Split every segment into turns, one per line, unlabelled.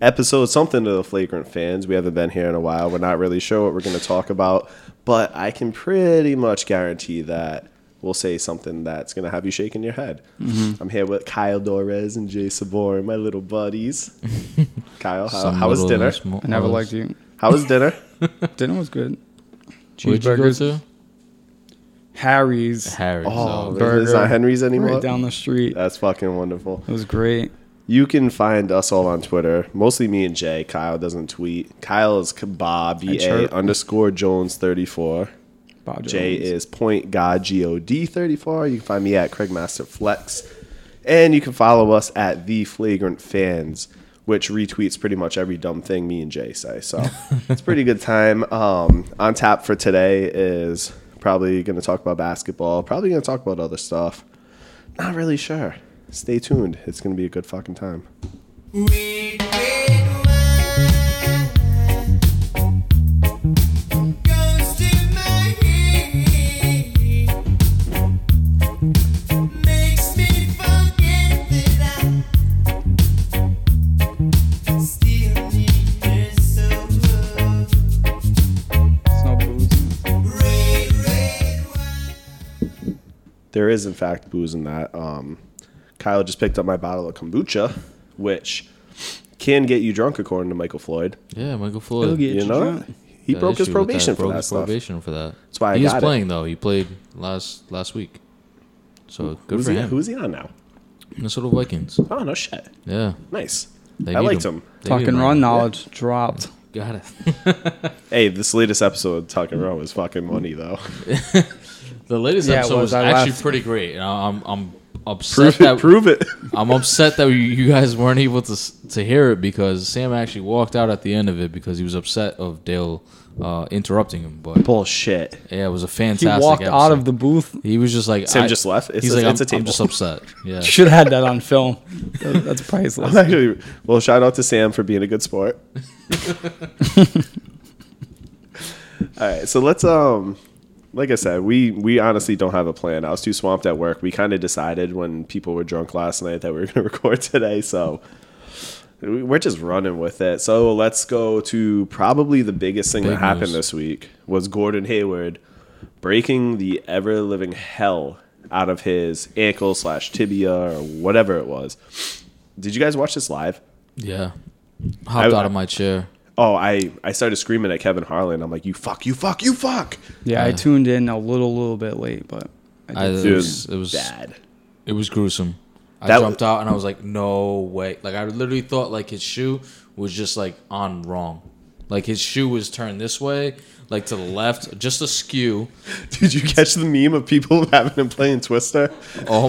episode, something to the flagrant fans. We haven't been here in a while. We're not really sure what we're going to talk about, but I can pretty much guarantee that we'll say something that's going to have you shaking your head. I'm here with Kyle Dorez and Jay Sabor, my little buddies. Kyle, how,
Some
Uh, how was
little uh,
dinner?
small-
I never
little-
liked you.
How was dinner?
Dinner was good.
Where'd you go to?
Harry's
Harry's.
Oh,
Oh,
it's not
burger.
Henry's anymore.
right down the street.
that's fucking wonderful.
It was great.
You can find us all on Twitter, mostly me and Jay. Kyle doesn't tweet. Kyle is Bob B A
chirp.
underscore Jones thirty four.
Bob
Jay
Jones.
is Point God G O D thirty four. You can find me at Craigmaster Flex, and you can follow us at the Flagrant Fans, which retweets pretty much every dumb thing me and Jay say. So it's a pretty good time. Um, on tap for today is probably going to talk about basketball. Probably going to talk about other stuff. Not really sure. Stay tuned. It's going to be a good fucking time.
Red, red wine goes to my head, makes me forget that I still need her so much.
It's not boozy.
Red, red wine.
There is, in fact, booze in that. Um, Kyle just picked up my bottle of kombucha, which can get you drunk, according to Michael Floyd.
yeah, Michael Floyd.
get
You
you
know,
drunk.
he
That
broke his
issue with
probation for
broke
that
his
stuff.
Probation for that.
That's why I
he
got
is
it.
playing though. He played last last week. So good
Who's
for
he,
him.
who's he on now?
Minnesota Vikings.
Oh no, shit.
Yeah,
Nice.
they
I
need
liked him.
They need
Talking
him
raw
right now.
knowledge dropped.
Got it.
Hey, this latest episode of Talking Raw was fucking money though.
The latest
Yeah, it
episode was,
was. I
actually
laughed.
pretty great. And I- I'm I'm upset
prove
that
it. Prove it.
I'm upset that you guys weren't able to s- to hear it because Sam actually walked out at the end of it because he was upset of Dale uh, interrupting him. But
Bullshit.
yeah, it was a
He
fantastic.
walked
episode.
out of the booth.
He was just like
Sam
I-
just left? It's
he's
a-
like
it's
I'm,
a table."
I'm just upset. Yeah,
Should have had that on film. That- That's
I'm
priceless.
actually well. Shout out to Sam for being a good sport. All right, so let's um, like I said, we we honestly don't have a plan. I was too swamped at work. We kind of decided when people were drunk last night that we were going to record today, so we- we're just running with it. So let's go to probably the biggest thing that
Big
happened
news.
this week was Gordon Hayward breaking the ever living hell out of his ankle slash tibia or whatever it was. Did you guys watch this live?
yeah. Hopped
I-
out of my chair.
Oh, I I started screaming at Kevin Harlan. I'm like, you fuck, you fuck, you fuck.
Yeah, I
Yeah.
tuned in a little, little bit late, but I
I,
did.
it
Dude,
was it was
bad.
it was gruesome. I
That
jumped out and I was like, no way! Like I literally thought like his shoe was just like on wrong. Like his shoe was turned this way, like to the left, just askew.
Did you catch the meme of people having him playing Twister?
Oh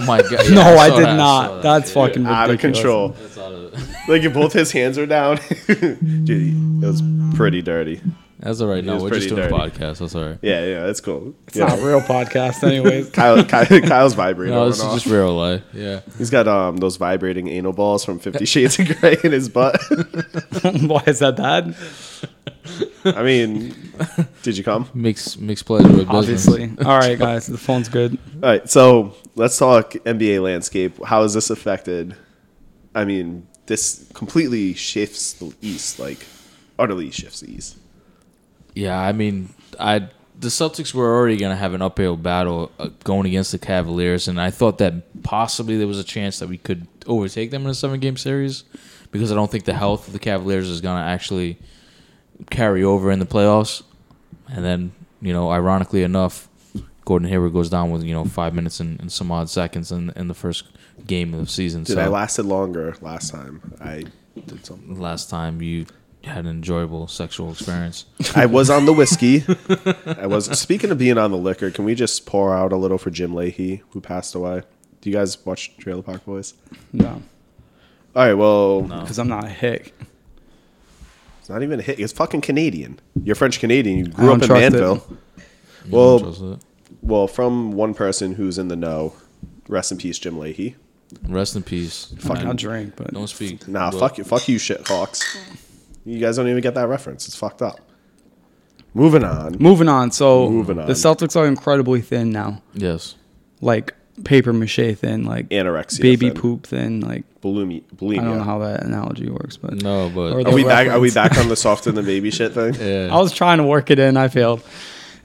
my god!
no,
Yeah,
I
saw
did
that, I saw
not.
that.
That's
Yeah.
fucking
Out of
ridiculous.
control.
That's out of-
Like both his hands are down. Dude, it was pretty dirty.
That's all right. No,
was
we're just
pretty
doing a
dirty.
podcast. That's all right.
Yeah, yeah, that's cool.
It's
Yeah.
not a real podcast, anyways.
Kyle, Kyle, Kyle's vibrator.
No,
went
this is
off.
just real life. Yeah.
He's got um those vibrating anal balls from Fifty Shades of Grey in his butt.
Why is that bad?
I mean, did you come?
Mix mix pleasure with business.
Obviously. All right, guys. The phone's good.
All right, so let's talk NBA landscape. How has this affected? I mean, this completely shifts the East, like utterly shifts the East.
Yeah, I mean, I the Celtics were already going to have an uphill battle uh, going against the Cavaliers, and I thought that possibly there was a chance that we could overtake them in a seven game series because I don't think the health of the Cavaliers is going to actually carry over in the playoffs. And then, you know, ironically enough, Gordon Hayward goes down with you know five minutes and, and some odd seconds in, in the first game of the season.
Dude,
so
I lasted longer last time. I did something.
last time you had an enjoyable sexual experience.
I was on the whiskey. I was speaking of being on the liquor. Can we just pour out a little for Jim Leahy, who passed away? Do you guys watch Trailer Park Boys?
No,
All right, well,
because I'm not a hick.
it's not even a hit. It's fucking Canadian. You're French Canadian. You
I
grew up in
don't trust it.
Manville. Well,
Trust it.
well, from one person who's in the know. Rest in peace, Jim Leahy.
Rest in peace.
Fucking, I'll drink, but
Don't speak.
Nah,
Well,
fuck you, fuck you, shit hawks. You guys don't even get that reference. It's fucked up. Moving on.
moving on. So
Moving on.
the Celtics are incredibly thin now,
Yes.
like paper mache thin, like
Anorexia
baby
thin.
poop thin, like
bulimi- bulimia.
I don't know how that analogy works, but
No, but-
or the
are we back? Are we
reference.
back on the soft and the baby shit thing?
Yeah.
I was trying to work it in. I failed.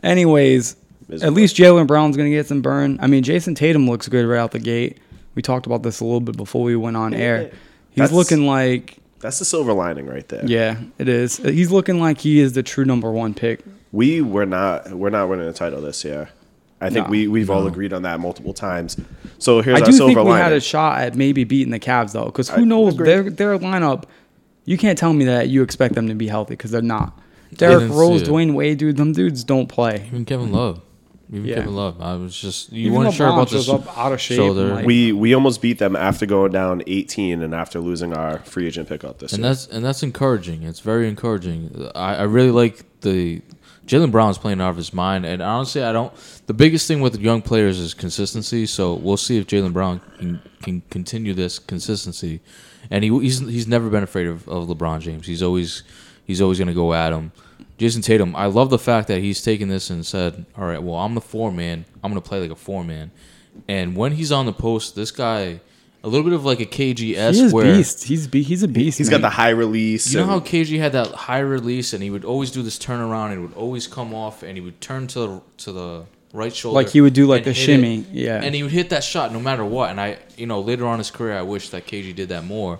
Anyways, at
Miserable.
least Jalen Brown's going to get some burn. I mean, Jason Tatum looks good right out the gate. We talked about this a little bit before we went on air. He's
That's-
looking like,
That's the silver lining right there.
yeah, it is. He's looking like he is the true number one pick.
we were not we're not winning a title this year. I think
No.
we we've all agreed on that multiple times. So here's
I
our
do
silver
think we
lining.
had a shot at maybe beating the Cavs though, because
I
who knows
agree.
their their lineup. You can't tell me that you expect them to be healthy because they're not. Derrick
didn't
Rose,
see it.
Dwayne Wade, dude, them dudes don't play.
Even Kevin Love. Even
Yeah.
Kevin Love. I was just you
Even
weren't sure
LeBron
about this
shows up out of shape and,
shoulder.
like-
we we almost beat them after going down 18 and after losing our free agent pickup this
and
year.
that's and that's encouraging. It's very encouraging. I, I really like the Jalen Brown's playing out of his mind, and honestly, I don't. The biggest thing with young players is consistency. So we'll see if Jalen Brown can, can continue this consistency. And he he's he's never been afraid of, of LeBron James. He's always he's always going to go at him. Jason Tatum, I love the fact that he's taken this and said, "All right, well, I'm the four man. I'm going to play like a four man." And when he's on the post, this guy, a little bit of like a KGS
He is
where
beast. He's be- he's a beast.
He's
man.
got the high release.
you know
and-
how KG had that high release, and he would always do this turnaround, and it would always come off, and he would turn to the, to the right shoulder,
Like he would do, like,
and
the
hit
shimmy,
it.
yeah.
And he would hit that shot no matter what. And I, you know, later on in his career, I wish that KG did that more.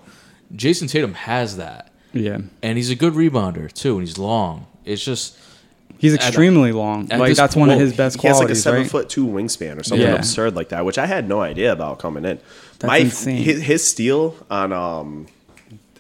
Jason Tatum has that,
yeah.
and he's a good rebounder too, and he's long. It's just
He's
At-
extremely long.
at
Like
this
that's one of
point,
his best
he has like a
qualities,
seven
right?
foot two wingspan or something
Yeah.
absurd like that, which I had no idea about coming in.
That's
My
insane.
his, his steal on um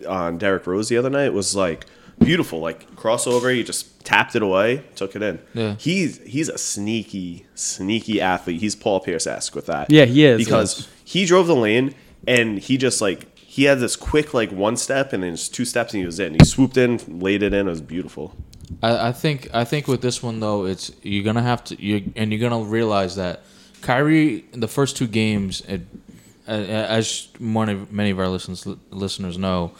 on Derrick Rose the other night was like beautiful, like crossover. He just tapped it away, took it in.
Yeah.
he's he's a sneaky, sneaky athlete. He's Paul Pierce esque with that.
Yeah, he is.
because he drove the lane and he just like. He had this quick like one step and then just two steps and he was in. He swooped in, laid it in. It was beautiful.
I, I think I think with this one though, it's you're gonna have to you and you're gonna realize that Kyrie in the first two games, it, a- a- as one of, many of our listeners listeners know,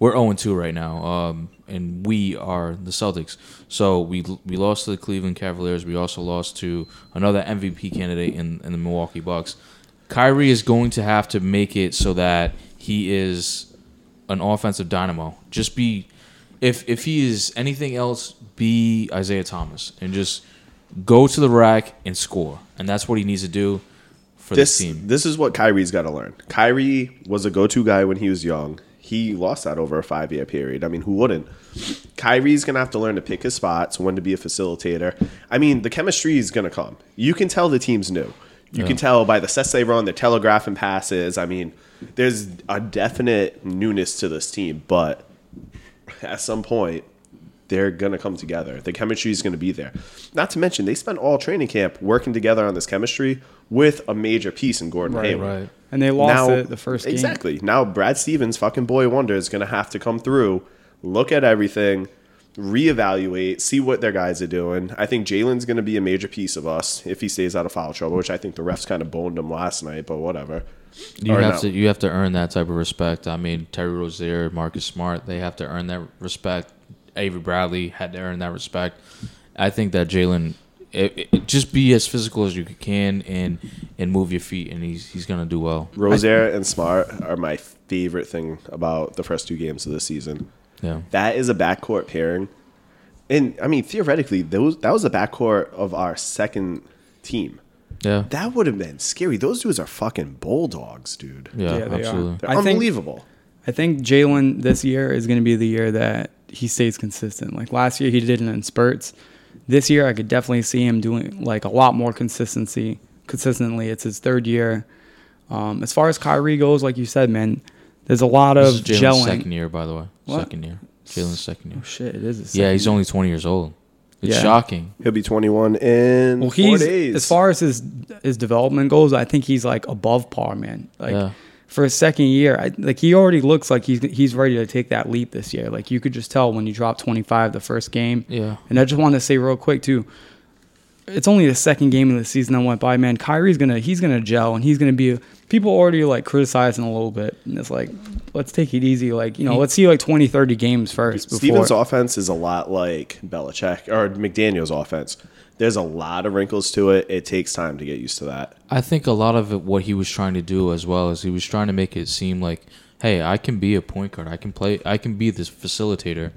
we're 0 2 right now, um, and we are the Celtics. So we we lost to the Cleveland Cavaliers. We also lost to another MVP candidate in, in the Milwaukee Bucks. Kyrie is going to have to make it so that he is an offensive dynamo. Just be if if he is anything else, be Isaiah Thomas and just go to the rack and score. And that's what he needs to do for
this
this, team.
this is what Kyrie's got to learn. Kyrie was a go-to guy when he was young. He lost that over a five-year period. I mean, who wouldn't? Kyrie's gonna have to learn to pick his spots, when to be a facilitator. I mean, the chemistry is gonna come. You can tell the team's new. You can tell by the sets they run, the telegraphing passes. I mean, there's a definite newness to this team, but at some point, they're going to come together. The chemistry is going to be there. Not to mention, they spent all training camp working together on this chemistry with a major piece in Gordon Hayward.
right.
and they lost it the first game.
Exactly. Now, Brad Stevens, fucking boy wonder, is going to have to come through, look at everything, reevaluate, see what their guys are doing. I think Jalen's going to be a major piece of us if he stays out of foul trouble, which I think the refs kind of boned him last night, but whatever.
You
Or
have
no.
to you have to earn that type of respect. I mean, Terry Rozier, Marcus Smart, they have to earn that respect. Avery Bradley had to earn that respect. I think that Jalen, it, it- just be as physical as you can and and move your feet, and he's he's gonna do well.
Rozier and Smart are my favorite thing about the first two games of the season.
Yeah.
That is a backcourt pairing. And I mean, theoretically, those that was a backcourt of our second team.
Yeah.
That would have been scary. Those dudes are fucking bulldogs, dude.
Yeah,
Yeah, they are.
absolutely.
They're
I think-
unbelievable.
I think Jalen this year is going to be the year that he stays consistent. Like last year, he did it in spurts. This year, I could definitely see him doing like a lot more consistency. Consistently, it's his third year. Um, as far as Kyrie goes, like you said, man, there's a lot of
This is Jalen's
gelling.
second year, by the way.
What?
Second year. Jalen's second year.
Oh shit, it is. His
Yeah,
second
he's only 20 years old. It's
Yeah.
shocking.
He'll be 21 in
Well,
four
he's
days.
as far as his his development goes. I think he's like above par, man. Like
Yeah.
for his second year, I, like he already looks like he's he's ready to take that leap this year. Like you could just tell when you drop twenty five the first game.
Yeah.
And I just want to say real quick too, it's only the second game of the season that went by. Man, Kyrie's gonna he's gonna gel and he's gonna be. People already like criticizing a little bit, and it's like let's take it easy. Like you know, let's see like 20, 30 games first. Before.
Stevens' offense is a lot like Belichick or McDaniel's offense. There's a lot of wrinkles to it. It takes time to get used to that.
I think a lot of it, what he was trying to do as well is he was trying to make it seem like hey, I can be a point guard. I can play. I can be this facilitator.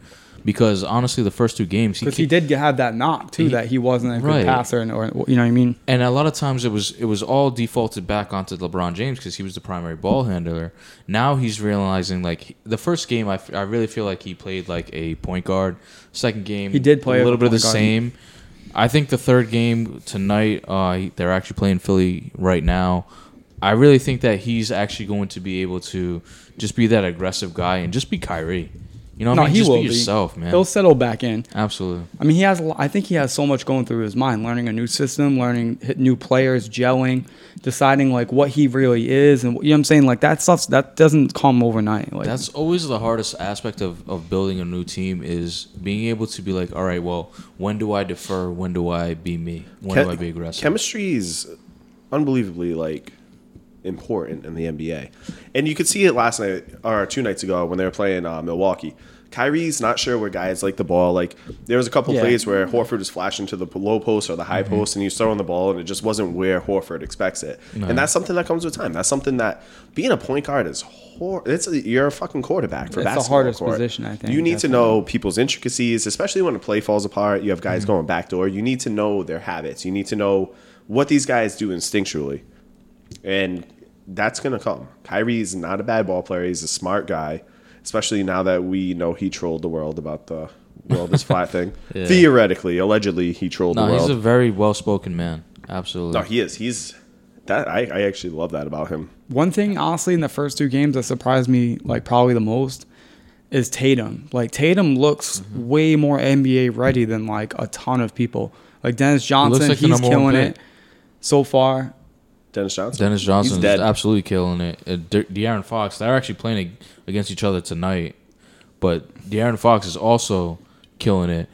Because honestly, the first two games
Because he
kicked-
did have that knock too,
He-
that he wasn't a good
Right.
passer, and or you know what I mean.
and a lot of times it was it was all defaulted back onto LeBron James because he was the primary ball handler. Now he's realizing like he- the first game I, f- I really feel like he played like a point guard. Second game
He did play
a little
a
bit of the
point guard.
same. I think the third game tonight uh, he- they're actually playing Philly right now. I really think that he's actually going to be able to just be that aggressive guy and just be Kyrie. You know, what
no,
I mean,
he
just
will
be yourself, man.
He'll settle back in.
Absolutely.
I mean, he has. a lo- I think he has so much going through his mind, learning a new system, learning hit new players, gelling, deciding like what he really is, and you know what I'm saying. Like that stuff that doesn't come overnight. Like
That's always the hardest aspect of, of building a new team is being able to be like, all right, well, when do I defer? When do I be me? When do I be aggressive?
Chemistry is unbelievably like important in the NBA, and you could see it last night or two nights ago when they were playing uh, Milwaukee. Kyrie's not sure where guys like the ball. Like there was a couple
Yeah.
plays where Horford was flashing to the p- low post or the high post, and he was throwing the ball, and it just wasn't where Horford expects it. And that's something that comes with time. That's something that being a point guard is. Hor- it's a, you're a fucking quarterback for
It's the
basketball.
hardest
court.
position, I think,
You need to
definitely.
know know people's intricacies, especially when a play falls apart. You have guys going backdoor. You need to know their habits. You need to know what these guys do instinctually, and that's gonna come. Kyrie is not a bad ball player. He's a smart guy, especially now that we know he trolled the world about the world is flat thing.
Yeah.
Theoretically, allegedly, he trolled
no,
the
he's
world.
a very well spoken man. Absolutely.
no, he is. He's that. I, I actually love that about him.
One thing, honestly, in the first two games that surprised me, like probably the most, is Tatum. Like Tatum looks
Mm-hmm.
way more NBA ready than like a ton of people. Like Dennis Johnson,
like the
he's
number one
killing
pick.
it so far.
Dennis Johnson.
Dennis Johnson is
dead.
absolutely killing it. Uh, De- De'Aaron Fox, they're actually playing ag- against each other tonight, but De'Aaron Fox is also killing it.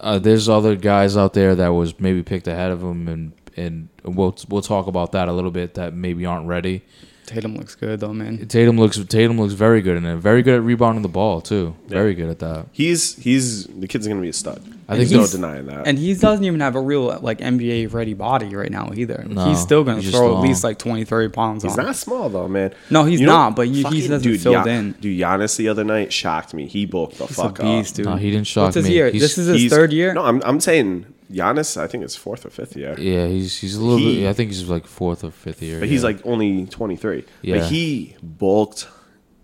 Uh, there's other guys out there that was maybe picked ahead of him, and and we'll we'll talk about that a little bit that maybe aren't ready.
Tatum looks good though, man.
Tatum looks Tatum looks very good in it. Very good at rebounding the ball too. Very good at that.
He's he's the kid's gonna be a stud.
I
I
think
think no
he's-
denying
uh,
that.
And he doesn't even have a real like NBA ready body right now either.
No,
he's still gonna
he's just
throw at
long.
least like 20, 30 pounds
He's
on.
not small though, man.
No, he's
know-
not, but you- he
fucking-
doesn't fill
Gian-
it in.
Dude, Giannis the other night shocked me. He bulked the
He's a
fuck
beast,
up.
dude.
No, he didn't shock
What's his
me.
year?
He's-
this is his
He's-
third year.
No, I'm, I'm saying Giannis. I think it's fourth or fifth year,
Yeah, he's he's a little.
He-
bit, I think he's like fourth or fifth year.
but he's
yeah.
like only 23.
Yeah.
But he bulked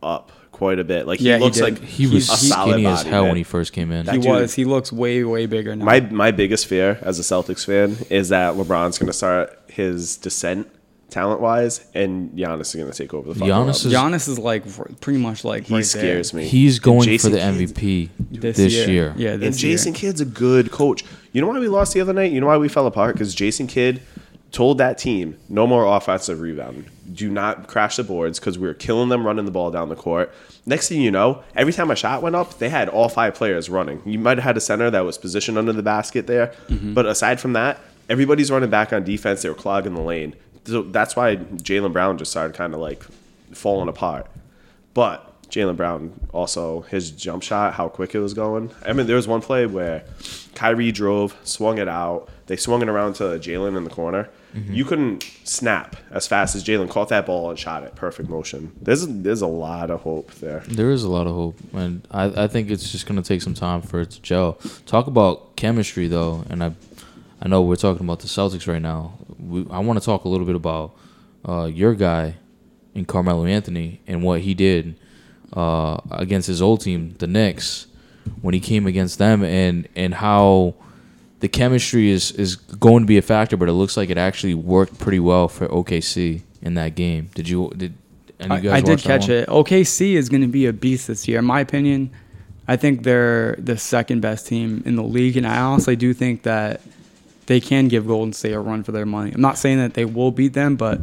up quite a bit. Like he
Yeah, he
looks
did.
like
he was
a solid
skinny as
body,
hell
man.
when he first came in.
he
dude-
was. He looks way, way bigger now.
My my biggest fear as a Celtics fan is that LeBron's going to start his descent talent wise, and Giannis is going to take over the. fucking
Giannis
world.
is-
Giannis is like r- pretty much like
he
right there.
scares me.
He's
And
going for
Jason
the
Kidd's-
MVP this year.
Yeah, this
and Jason
year.
Kidd's a good coach. You know why we lost the other night? You know why we fell apart? Because Jason Kidd told that team no more offensive rebounding. Do not crash the boards because we were killing them running the ball down the court. Next thing you know, every time a shot went up, they had all five players running. You might have had a center that was positioned under the basket there, but aside from that, everybody's running back on defense. They were clogging the lane. So that's why Jalen Brown just started kind of like falling apart. But Jalen Brown also his jump shot, how quick it was going. I mean, there was one play where Kyrie drove, swung it out. They swung it around to Jalen in the corner.
Mm-hmm.
You couldn't snap as fast as Jalen caught that ball and shot it. Perfect motion. There's there's a lot of hope there.
There is a lot of hope, and I, I think it's just going to take some time for it to gel. Talk about chemistry, though, and I I know we're talking about the Celtics right now. We, I want to talk a little bit about uh, your guy in Carmelo Anthony and what he did uh, against his old team, the Knicks, when he came against them, and and how the chemistry is is going to be a factor, but it looks like it actually worked pretty well for OKC in that game. Did you did? Any
I, I did catch it. OKC is going to be a beast this year, in my opinion. I think they're the second best team in the league, and I honestly do think that they can give Golden State a run for their money. I'm not saying that they will beat them, but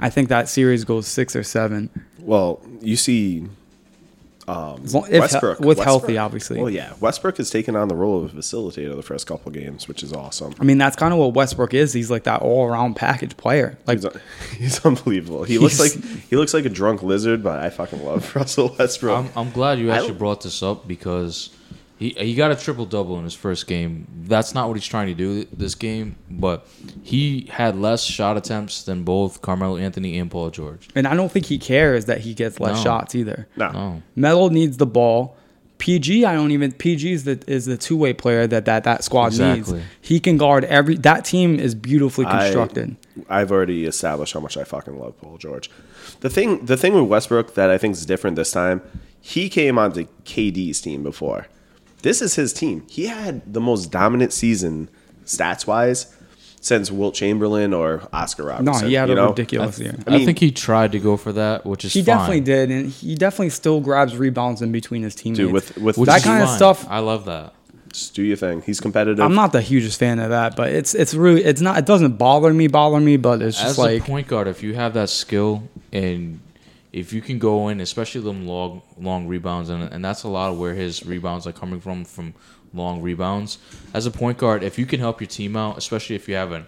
I think that series goes six or seven.
Well, you see
As long- if-
Westbrook
with
Westbrook-
healthy, obviously.
Well, yeah, Westbrook has taken on the role of a facilitator the first couple games, which is awesome.
I mean, that's kind of what Westbrook is. He's like that all-around package player. Like
He's, un- he's unbelievable. He looks
He's-
like he looks like a drunk lizard, but I fucking love Russell Westbrook.
I'm, I'm glad you
I
actually
don't-
brought this up because He he got a triple double in his first game. That's not what he's trying to do th- this game, but he had less shot attempts than both Carmelo Anthony and Paul George.
And I don't think he cares that he gets less
No.
shots either.
No.
No.
Melo needs the ball. PG, I don't even PG is the is the two way player that that that squad
Exactly.
needs. He can guard every. That team is beautifully
I-
constructed.
I've already established how much I fucking love Paul George. The thing, the thing with Westbrook that I think is different this time, he came onto KD's team before. This is his team. He had the most dominant season stats wise since Wilt Chamberlain or Oscar
no,
Robertson.
he had
you
a
know?
ridiculous year.
I,
I mean-
think he tried to go for that, which is
He
fine.
definitely did, and he definitely still grabs rebounds in between his teammates.
Dude, with with
Which
That
is
kind of
fine.
stuff-
I love that.
just do your thing. He's competitive.
I'm not the hugest fan of that, but it's it's really it's not it doesn't bother me bother me, but it's just
As
like
a point guard, if you have that skill and if you can go in, especially them long long rebounds, and, and that's a lot of where his rebounds are coming from from long rebounds. As a point guard, if you can help your team out, especially if you have an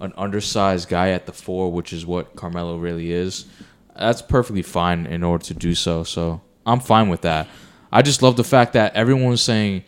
an undersized guy at the four, which is what Carmelo really is, that's perfectly fine in order to do so. So I'm fine with that. I just love the fact that everyone was saying,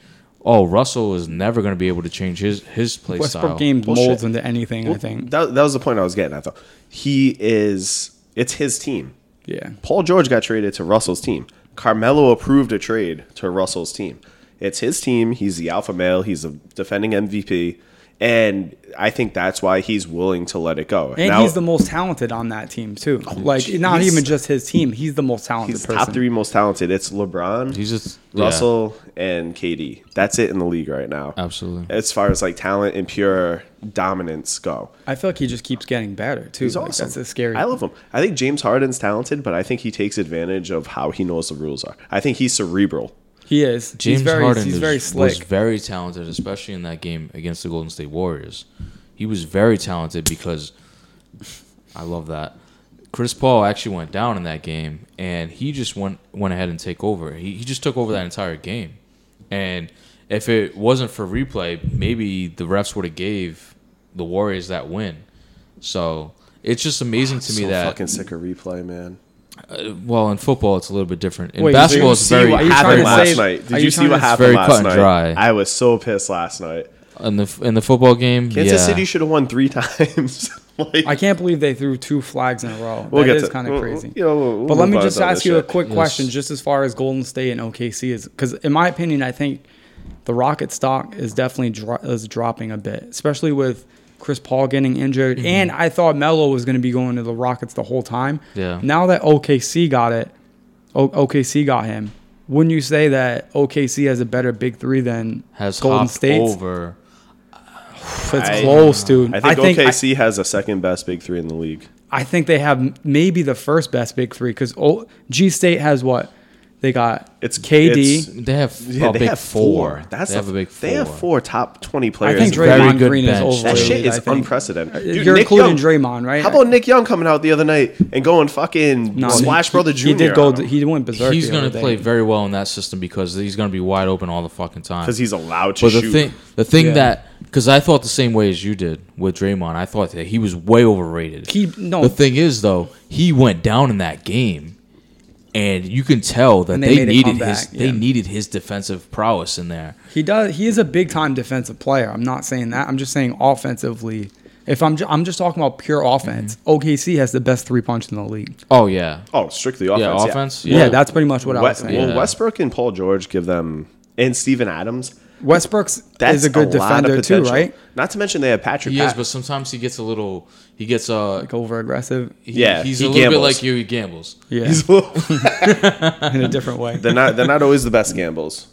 "Oh, Russell is never going to be able to change his his play style."
Westbrook games
Bullshit.
molds into anything. I think.
That, that was the point I was getting. I thought he is. It's his team.
Yeah.
Paul George got traded to Russell's team. Carmelo approved a trade to Russell's team. It's his team. He's the alpha male. He's a defending MVP. And I think that's why he's willing to let it go.
And
Now,
he's the most talented on that team too.
Oh,
Like not
jeez.
even just his team. He's the most talented
he's the
person.
top three most talented. It's LeBron,
He's just yeah,
Russell, and KD. That's it in the league right now.
absolutely.
As far as like talent and pure dominance go.
I feel like he just keeps getting better too.
He's
Like,
awesome.
That's a scary.
I love him. I think James Harden's talented, but I think he takes advantage of how he knows the rules are. I think he's cerebral.
he is.
James
he's very,
Harden
he's
is-
very
was
slick.
very talented, especially in that game against the Golden State Warriors. He was very talented because I love that. Chris Paul actually went down in that game, and he just went went ahead and take over. He, he just took over that entire game, and if it wasn't for replay, maybe the refs would have gave the Warriors that win. So it's just amazing to me
so
that
fucking sick of replay, man.
uh, well in football it's a little bit different. In
Wait, so
basketball,
you
it's
see
very
why- Are you
What happened
trying to
last
save-
night?
are
Did
you
you see
trying
what
to-
happened
Very
last
cut and
night?
dry.
I was so pissed last night.
in the f- in the football game.
Kansas
yeah.
City should have won three times. like,
I can't believe they threw two flags in a row.
We'll
that
get
is
to-
kind of
we'll-
crazy.
you know, we'll- we'll
but let me
move on
just
to other
ask you a
shit.
quick
Yes.
question, just as far as Golden State and OKC is, because in my opinion, I think the Rocket stock is definitely dro- is dropping a bit, especially with Chris Paul getting injured. And I thought Melo was going to be going to the Rockets the whole time.
Yeah.
Now that OKC got it, o- OKC got him. Wouldn't you say that OKC has a better big three than
has
Golden
hopped
State's?
over.
It's
I-
close, dude.
I think
I- Oh,
OKC has a second best big three in the league.
I think they have m- maybe the first best big three because G State has what they got.
It's-
KD.
it's-
They have
Yeah,
a
they
big
have
four.
That's
they have a big four.
They have four top twenty
I
players.
think
in the league.
very
Draymond
good
Green is
bench.
overrated.
That shit
I
is
think. Uh,
unprecedented. Dude,
You're
Nick
including
Young-
Draymond, right?
How about Nick Young coming out the other night and going fucking
No,
Splash
he-
Brother Jr.
He did go. He went berserk.
He's
going
gonna
to
play very well in that system because he's gonna be wide open all the fucking time.
because he's allowed to
But the
shoot.
thing, the thing
Yeah.
that, because I thought the same way as you did with Draymond, I thought that he was way overrated.
He- no.
The thing is, though, he went down in that game, and you can tell that
And
they,
they made a
needed
comeback,
his
yeah.
they needed his defensive prowess in there.
He does. He is a big time defensive player. I'm not saying that. I'm just saying offensively. If I'm, ju- I'm just talking about pure offense.
Mm-hmm.
OKC has the best three punch in the league.
Oh yeah,
oh, strictly offense.
yeah, offense.
Yeah, that's pretty much what I was
West,
saying.
Well, Westbrook and Paul George give them, and Steven Adams.
Westbrook's
That's
is a good
lot of
defender too,
potential.
right?
Not to mention they have Patrick.
he
Pat-
is. But sometimes he gets a little. He gets uh.
Like over aggressive.
He,
Yeah,
he's
he
a little bit
gambles.
like you. He gambles.
Yeah,
He's a little-
in a different way.
they're not. They're not always the best gambles.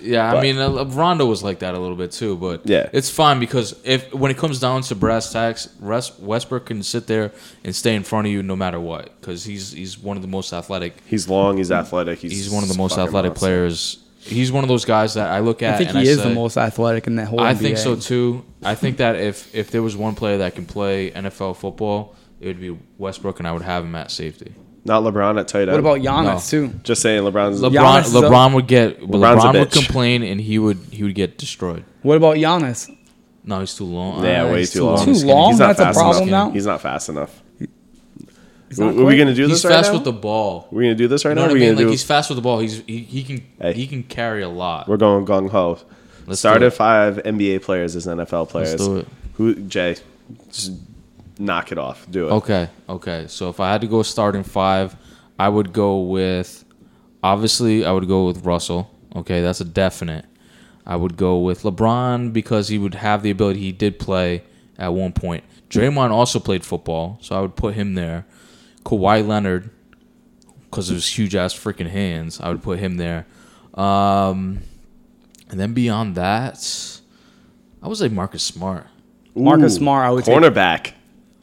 Yeah, I
But-
mean, uh, Rondo was like that a little bit too, but
Yeah.
it's fine because if when it comes down to brass tacks, Res- Westbrook can sit there and stay in front of you no matter what because he's he's one of the most athletic.
He's long. He's athletic. He's,
He's one of the most
fucking
athletic
awesome.
players. He's one of those guys that I look at.
I think
and
he is
say-
the most athletic in that whole.
I think
NBA.
so too. I think that if if there was one player that can play NFL football, it would be Westbrook, and I would have him at safety.
Not LeBron at tight end.
What about Giannis
No.
too?
Just saying, LeBron's.
LeBron
Giannis is a-
LeBron would get
LeBron's a
LeBron would
bitch.
complain, and he would he would get destroyed.
What about Giannis?
No, he's too long.
yeah,
Uh,
way
he's
too long.
Too
He's
long?
gonna-
He's not
That's a
fast
problem
enough.
now?
He's not fast enough.
He's
Are
not
we
quick.
gonna do
he's
this right
fast
now?
with the ball.
We're gonna do this right
You know
now.
what I
We're
mean?
gonna
Like
do.
he's fast with the ball. He's he, he can
Hey.
he can carry a lot.
We're going gung ho.
Let's
Started
do it.
five NBA players as NFL players.
do it.
Who Jay? Just knock it off. Do it.
Okay, okay. So if I had to go starting five, I would go with obviously I would go with Russell. Okay, that's a definite. I would go with LeBron because he would have the ability. He did play at one point. Draymond also played football, so I would put him there. Kawhi Leonard because of his huge ass freaking hands, I would put him there. Um, and then beyond that, I would say Marcus Smart.
Marcus Smart, I would take-
cornerback.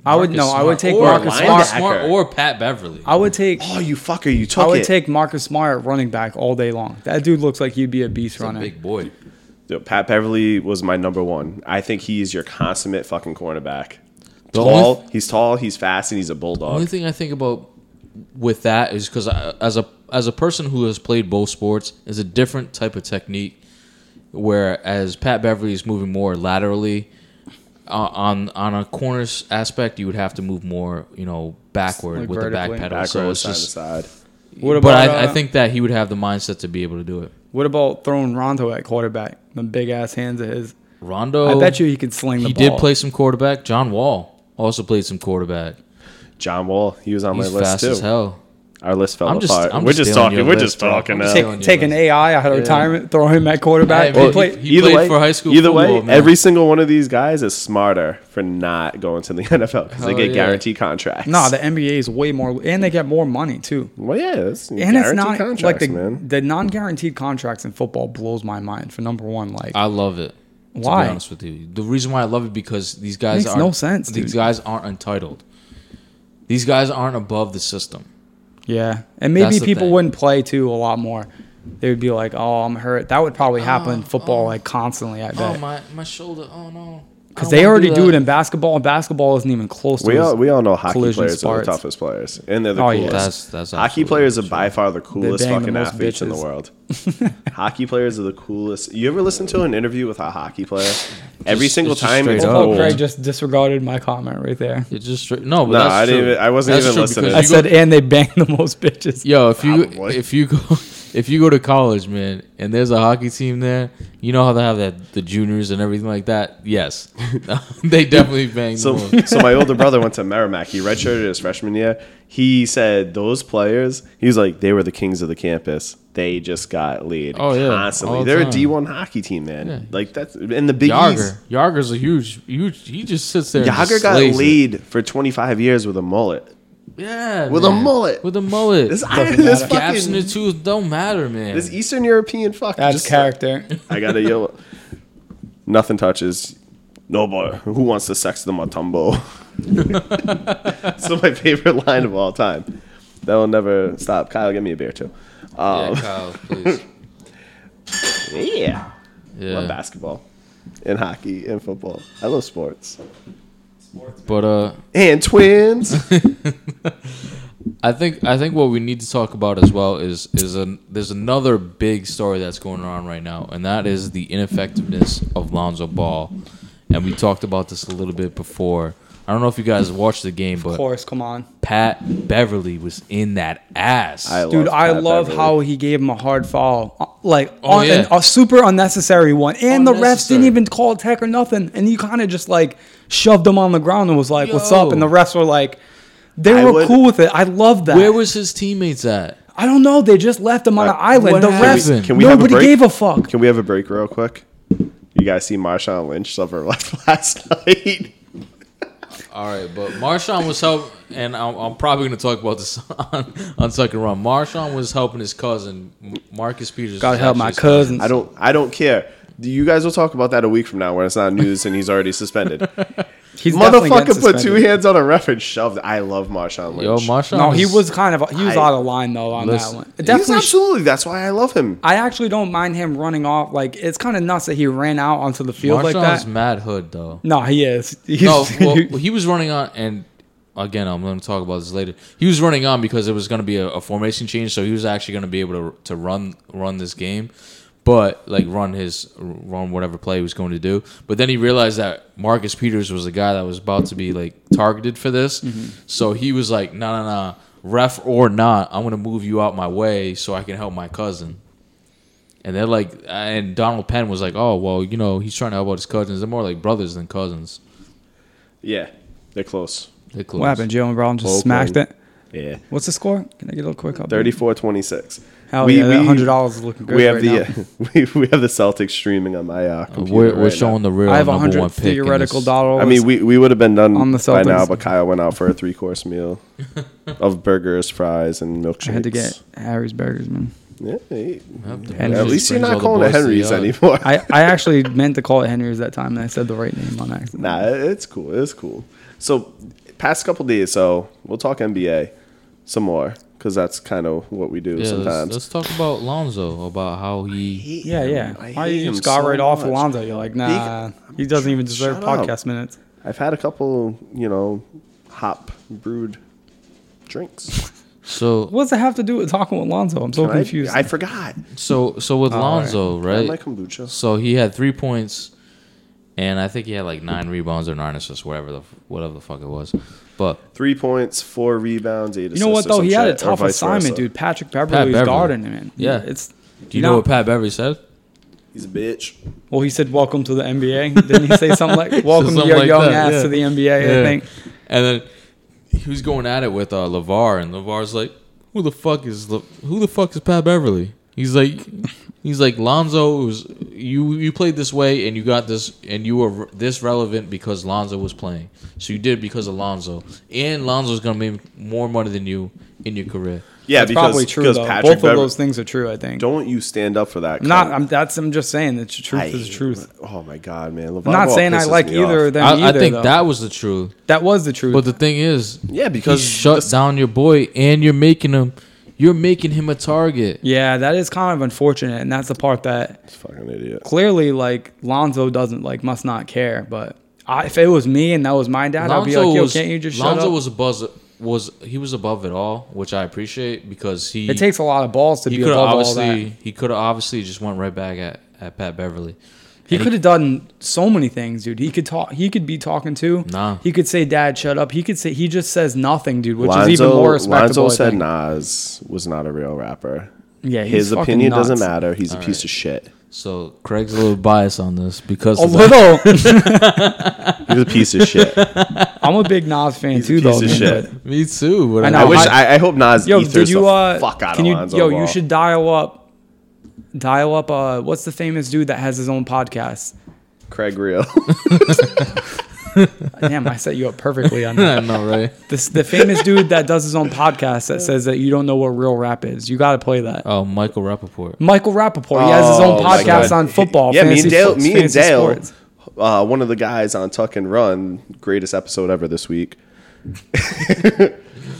I would no.
Marcus
I
Smart
would take
or
Marcus
linebacker.
Smart.
Smart or Pat Beverly.
I would take.
Oh, you fucker! You took
I would
it.
take Marcus Smart running back all day long. That dude looks like he'd be a beast
He's a
runner.
big boy.
Yo, Pat Beverly was my number one. I think he is your consummate fucking cornerback.
The
tall.
only-
he's tall. He's fast, and he's a bulldog.
Only thing I think about with that is because as a as a person who has played both sports, is a different type of technique. Whereas Pat Beverly is moving more laterally, uh, on on a corners aspect, you would have to move more, you know, backward
Like
with the back
vertically.
pedal.
Back
so
row,
it's
side
just.
to side.
What
but
about?
I, I
uh,
think that he would have the mindset to be able to do it.
What about throwing Rondo at quarterback? The big ass hands of his.
Rondo,
I bet you he could sling the
he
ball.
did play some quarterback. John Wall also played some quarterback.
John Wall. He was on
He's
my list
fast
too.
as hell.
Our list fell
I'm just-
apart.
I'm
we're
just
just
stealing your
talking. We're
list,
just
bro.
talking
I'm
now.
stealing-
Take, take an AI out of retirement, throw him at quarterback.
Yeah,
He
but
played-
he- played for high school
Either way,
football, man.
every single one of these guys is smarter for not going to the NFL because they
Hell
get
yeah.
guaranteed contracts.
no, the NBA is way more, and they get more money too.
well, yeah, it's
And
guaranteed
it's not
contracts,
like the
man.
the non-guaranteed contracts in football blows my mind. For number one, like
I love it. To
Why?
be honest with you, the reason why I love it because these guys
Makes
are
no sense,
These
dude.
guys aren't entitled. These guys aren't above the system.
yeah, and
That's
maybe
the
people
thing.
wouldn't play too a lot more. They would be like, "Oh, I'm hurt." That would probably happen in football like constantly. I
Oh
bet
my, my shoulder. Oh no. I
because
don't
they
wanna
already do, it
that.
in basketball, and basketball isn't even close.
We
to
all
as-
we all know hockey
collision
players are the
sports.
toughest players, and they're the
Oh, yeah.
coolest.
That's- that's
hockey
absolutely
players are by far the coolest
bang the
fucking
most
athletes in the
bitches.
world. hockey players are the coolest. You ever listen to an interview with a hockey player? Every
Just-
single
it's just
time,
straight
it's
up.
Oh,
gold.
Craig just disregarded my comment right there.
It's just straight. No, but
No,
that's
I didn't
true.
even- I wasn't
That's
even
true
listening. Ah,
because
I
you
said,
go-
and they bang the most bitches.
Yo, if you
Probably.
if you go if you go to college, man, and there's a hockey team there, you know how they have that the juniors and everything like that. Yes, they definitely bang.
So,
more.
so my older brother went to Merrimack. He redshirted his freshman year. He said those players. He was like, they were the kings of the campus. They just got lead
Oh, yeah.
constantly.
All the
They're a
time.
D one hockey team, man.
Yeah.
Like that's in the Big East.
Yager, Yager's a huge, huge. He just sits there. and just
Yager got
slays it.
lead for twenty five years with a mullet.
Yeah,
With a mullet.
With a mullet.
This, this
Gaps in the
fucking
tooth don't matter, man.
this Eastern European fuck.
That's
just-
character.
I gotta yell. Nothing touches. No boy. Who wants to sex the Matumbo? so my favorite line of all time. That will never stop. Kyle, give me a beer too.
yeah,
Um,
Kyle, please.
yeah. I love
Yeah,
basketball and hockey and football. I love sports.
but uh,
And twins.
I think I think what we need to talk about as well is is an there's another big story that's going on right now, and that is the ineffectiveness of Lonzo Ball, and we talked about this a little bit before. I don't know if you guys watched the game,
Of
but
course, come on.
Pat Beverly was in that ass.
I
Dude,
love
I
Pat
love
Beverley.
how he gave him a hard foul, Uh, like
Oh,
on
yeah.
an- a super unnecessary one, and the refs
Unnecessary.
didn't even call a tech or nothing, and he kind of just like shoved him on the ground and was like, "What's up?"
Yo.
And the refs were like, "They
I
were
would-
cool with it. I love that."
Where was his teammates at?
I don't know. They just left him on
Uh,
an island.
what
The
happened?
refs,
Can we-
can we have a
nobody
break?
gave a fuck.
Can we have a break real quick? You guys see Marshawn Lynch suffer left last night.
All right, but Marshawn was help, and I'm, I'm probably going to talk about this on, on second round. Marshawn was helping his cousin M- Marcus Peters.
Gotta
was
help
actually
my
his
cousins.
I don't. I don't care. You guys will talk about that a week from now when it's not news and he's already suspended.
He's definitely getting
Motherfucker put two
suspended.
hands on a ref and shoved. it. I love Marshawn Lynch.
Yo, Marshawn.
No, he was
was
kind of he was
I-
out of line though on
Listen,
that one.
he's
It
He's
definitely
absolutely. That's why I love him.
I actually don't mind him running off. Like it's kind of nuts that he ran out onto the field like
Marshawn's
that.
mad hood though.
no, he is. He's,
No, well, he was running on, and again, I'm going to talk about this later. He was running on because it was going to be a, a formation change, so he was actually going to be able to to run run this game. but like run his run whatever play he was going to do. But then he realized that Marcus Peters was the guy that was about to be like targeted for this, so he was like, "No, no, no, ref or not, I'm gonna move you out my way so I can help my cousin." And they're like, and Donald Penn was like, "Oh, well, you know, he's trying to help out his cousins. They're more like brothers than cousins.
Yeah, they're close.
They're close."
What happened? Jalen Brown just
Oakland.
smashed it.
Yeah.
What's the score? Can I get a little quick update?
34 26.
Hell yeah, that $100 is looking good
We have
right
the uh, we, we have the Celtics streaming on my uh,
Uh,
computer.
We're, we're
right
showing the real
I have a
number one
hundred
pick. in
theoretical
this.
now.
dollars.
I mean, we, we would have been done
On the
by now,
Celtics.
but Kyle went out for a three course meal of burgers, fries, and milkshakes.
I had to get Harry's Burgers, man.
Yeah, hey.
Yep, the
Henry's
at
Henry's
least you're
brings all
not
the
calling it
boys to the
Henry's
yard.
anymore.
I, I actually meant to call it Henry's that time, and I said the right name on accident.
Nah, it- it's cool. It's cool. So, past couple days, so we'll talk NBA some more because that's kind of what we do
Yeah, let's,
sometimes.
let's talk about Lonzo about how he.
Yeah, yeah.
I
Why
hate
you
him
just got
so
right off
much.
Alonzo? You're like, nah, he doesn't even deserve
Shut up.
podcast minutes.
I've had a couple, you know, hop brewed drinks.
So
What does that have to do with talking with Lonzo? I'm so
And I-
confused.
I, forgot.
so so with Lonzo,
I had
right?
my kombucha.
So he had three points, and I think he had like nine rebounds or nine assists, whatever the whatever the fuck it was. But
Three points, four rebounds, eight.
you know
assists
what
or
though?
some
He had a
shit, or
tough
vice
assignment,
versa.
dude. Patrick Beverly's
Beverly.
guarding him, man.
Yeah.
it's.
do you know, what Pat Beverly said?
He's a bitch.
Well, he said, "Welcome to the NBA." Didn't he say something like, "Welcome
something
to your
like
young
that,
ass
yeah.
to the NBA"? I
Yeah.
think.
And then he was going at it with uh, Levar, and Levar's like, "Who the fuck is Le- who the fuck is Pat Beverly?" He's like, he's like Lonzo was you you played this way and you got this and you were re- this relevant because Lonzo was playing, so you did because of Lonzo, and Lonzo's gonna make more money than you in your career.
Yeah,
That's
because,
probably true.
because
though.
Patrick
Both
Beverly.
of those things are true. I think.
Don't you stand up for that?
not.
cunt.
I'm, that's. I'm just saying that the truth
I
is the
hate
truth.
him. Oh my god, man! LeVar
I'm not
Ball
saying I
pisses
like
me
either
off.
of them.
I, I
either,
think
though.
that was the truth.
that was the truth.
But the thing is,
Yeah,
he
because
shut down your boy, and you're making him, you're making him a target.
yeah, that is kind of unfortunate, and that's the part that
Fucking idiot.
clearly like Lonzo doesn't like must not care. But I, if it was me and that was my dad, I'd be like, yo, can't you just
Lonzo
shut up?
was above was he was above it all, which I appreciate because he
it takes a lot of balls to
he
be
could have
above all that.
obviously he could have obviously just went right back at, at Pat Beverly.
He
and he-
could have done so many things, dude. He could talk. He could be talking to.
Nah.
He could say, "Dad, shut up." He could say. He just says nothing, dude, which
Lonzo,
is even more respectable.
Lonzo
I
said
think.
Nas was not a real rapper.
Yeah, he's
his
fucking
opinion
nuts.
doesn't matter. He's a piece of shit.
So Craig's a little biased on this because
A
of that.
little.
He's a piece of shit.
I'm a big Nas fan
He's a
too,
piece
though.
of
man,
shit.
but-
me too. But
I know.
I
No,
wish.
I-
I, I hope Nas
Yo,
ethers
did you
the
uh?
fuck out
can
of
you?
Lonzo
yo,
Ball.
you should dial up. Dial up. Uh, what's the famous dude that has his own podcast?
Craig Real.
Damn, I set you up perfectly on that.
I know, right?
This the famous dude that does his own podcast that says that you don't know what real rap is. You got to play that.
Oh, Michael Rappaport.
Michael Rappaport. He has his
Oh
own
my
podcast
God.
on football.
Yeah, me
fantasy
and Dale.
sports,
Me and
fantasy
Dale.
sports.
Uh, one of the guys on Tuck and Run, greatest episode ever this week.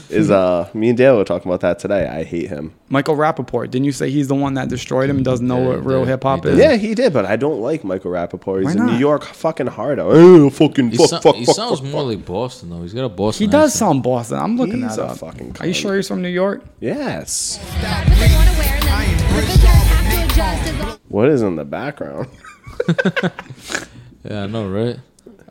is uh me and Dale were talking about that today. I hate him.
Michael Rappaport. Didn't you say he's the one that destroyed him? and Doesn't know
Yeah, he
what real
did.
hip hop
He
is.
did.
Yeah, he did, but I don't like Michael Rappaport. He's
Why
a New
not?
York fucking hardo. Oh, fucking
He,
fuck,
so-
fuck,
he
fuck,
sounds
fuck,
more
fuck.
like Boston though. He's got a Boston.
He does
accent.
sound Boston. I'm looking
He's
that
a
up.
fucking
Are you
cunt.
sure he's from New York?
Yes.
stop what they want to wear and then what the guys have to adjust as long
What is in the background?
Yeah, I know, right?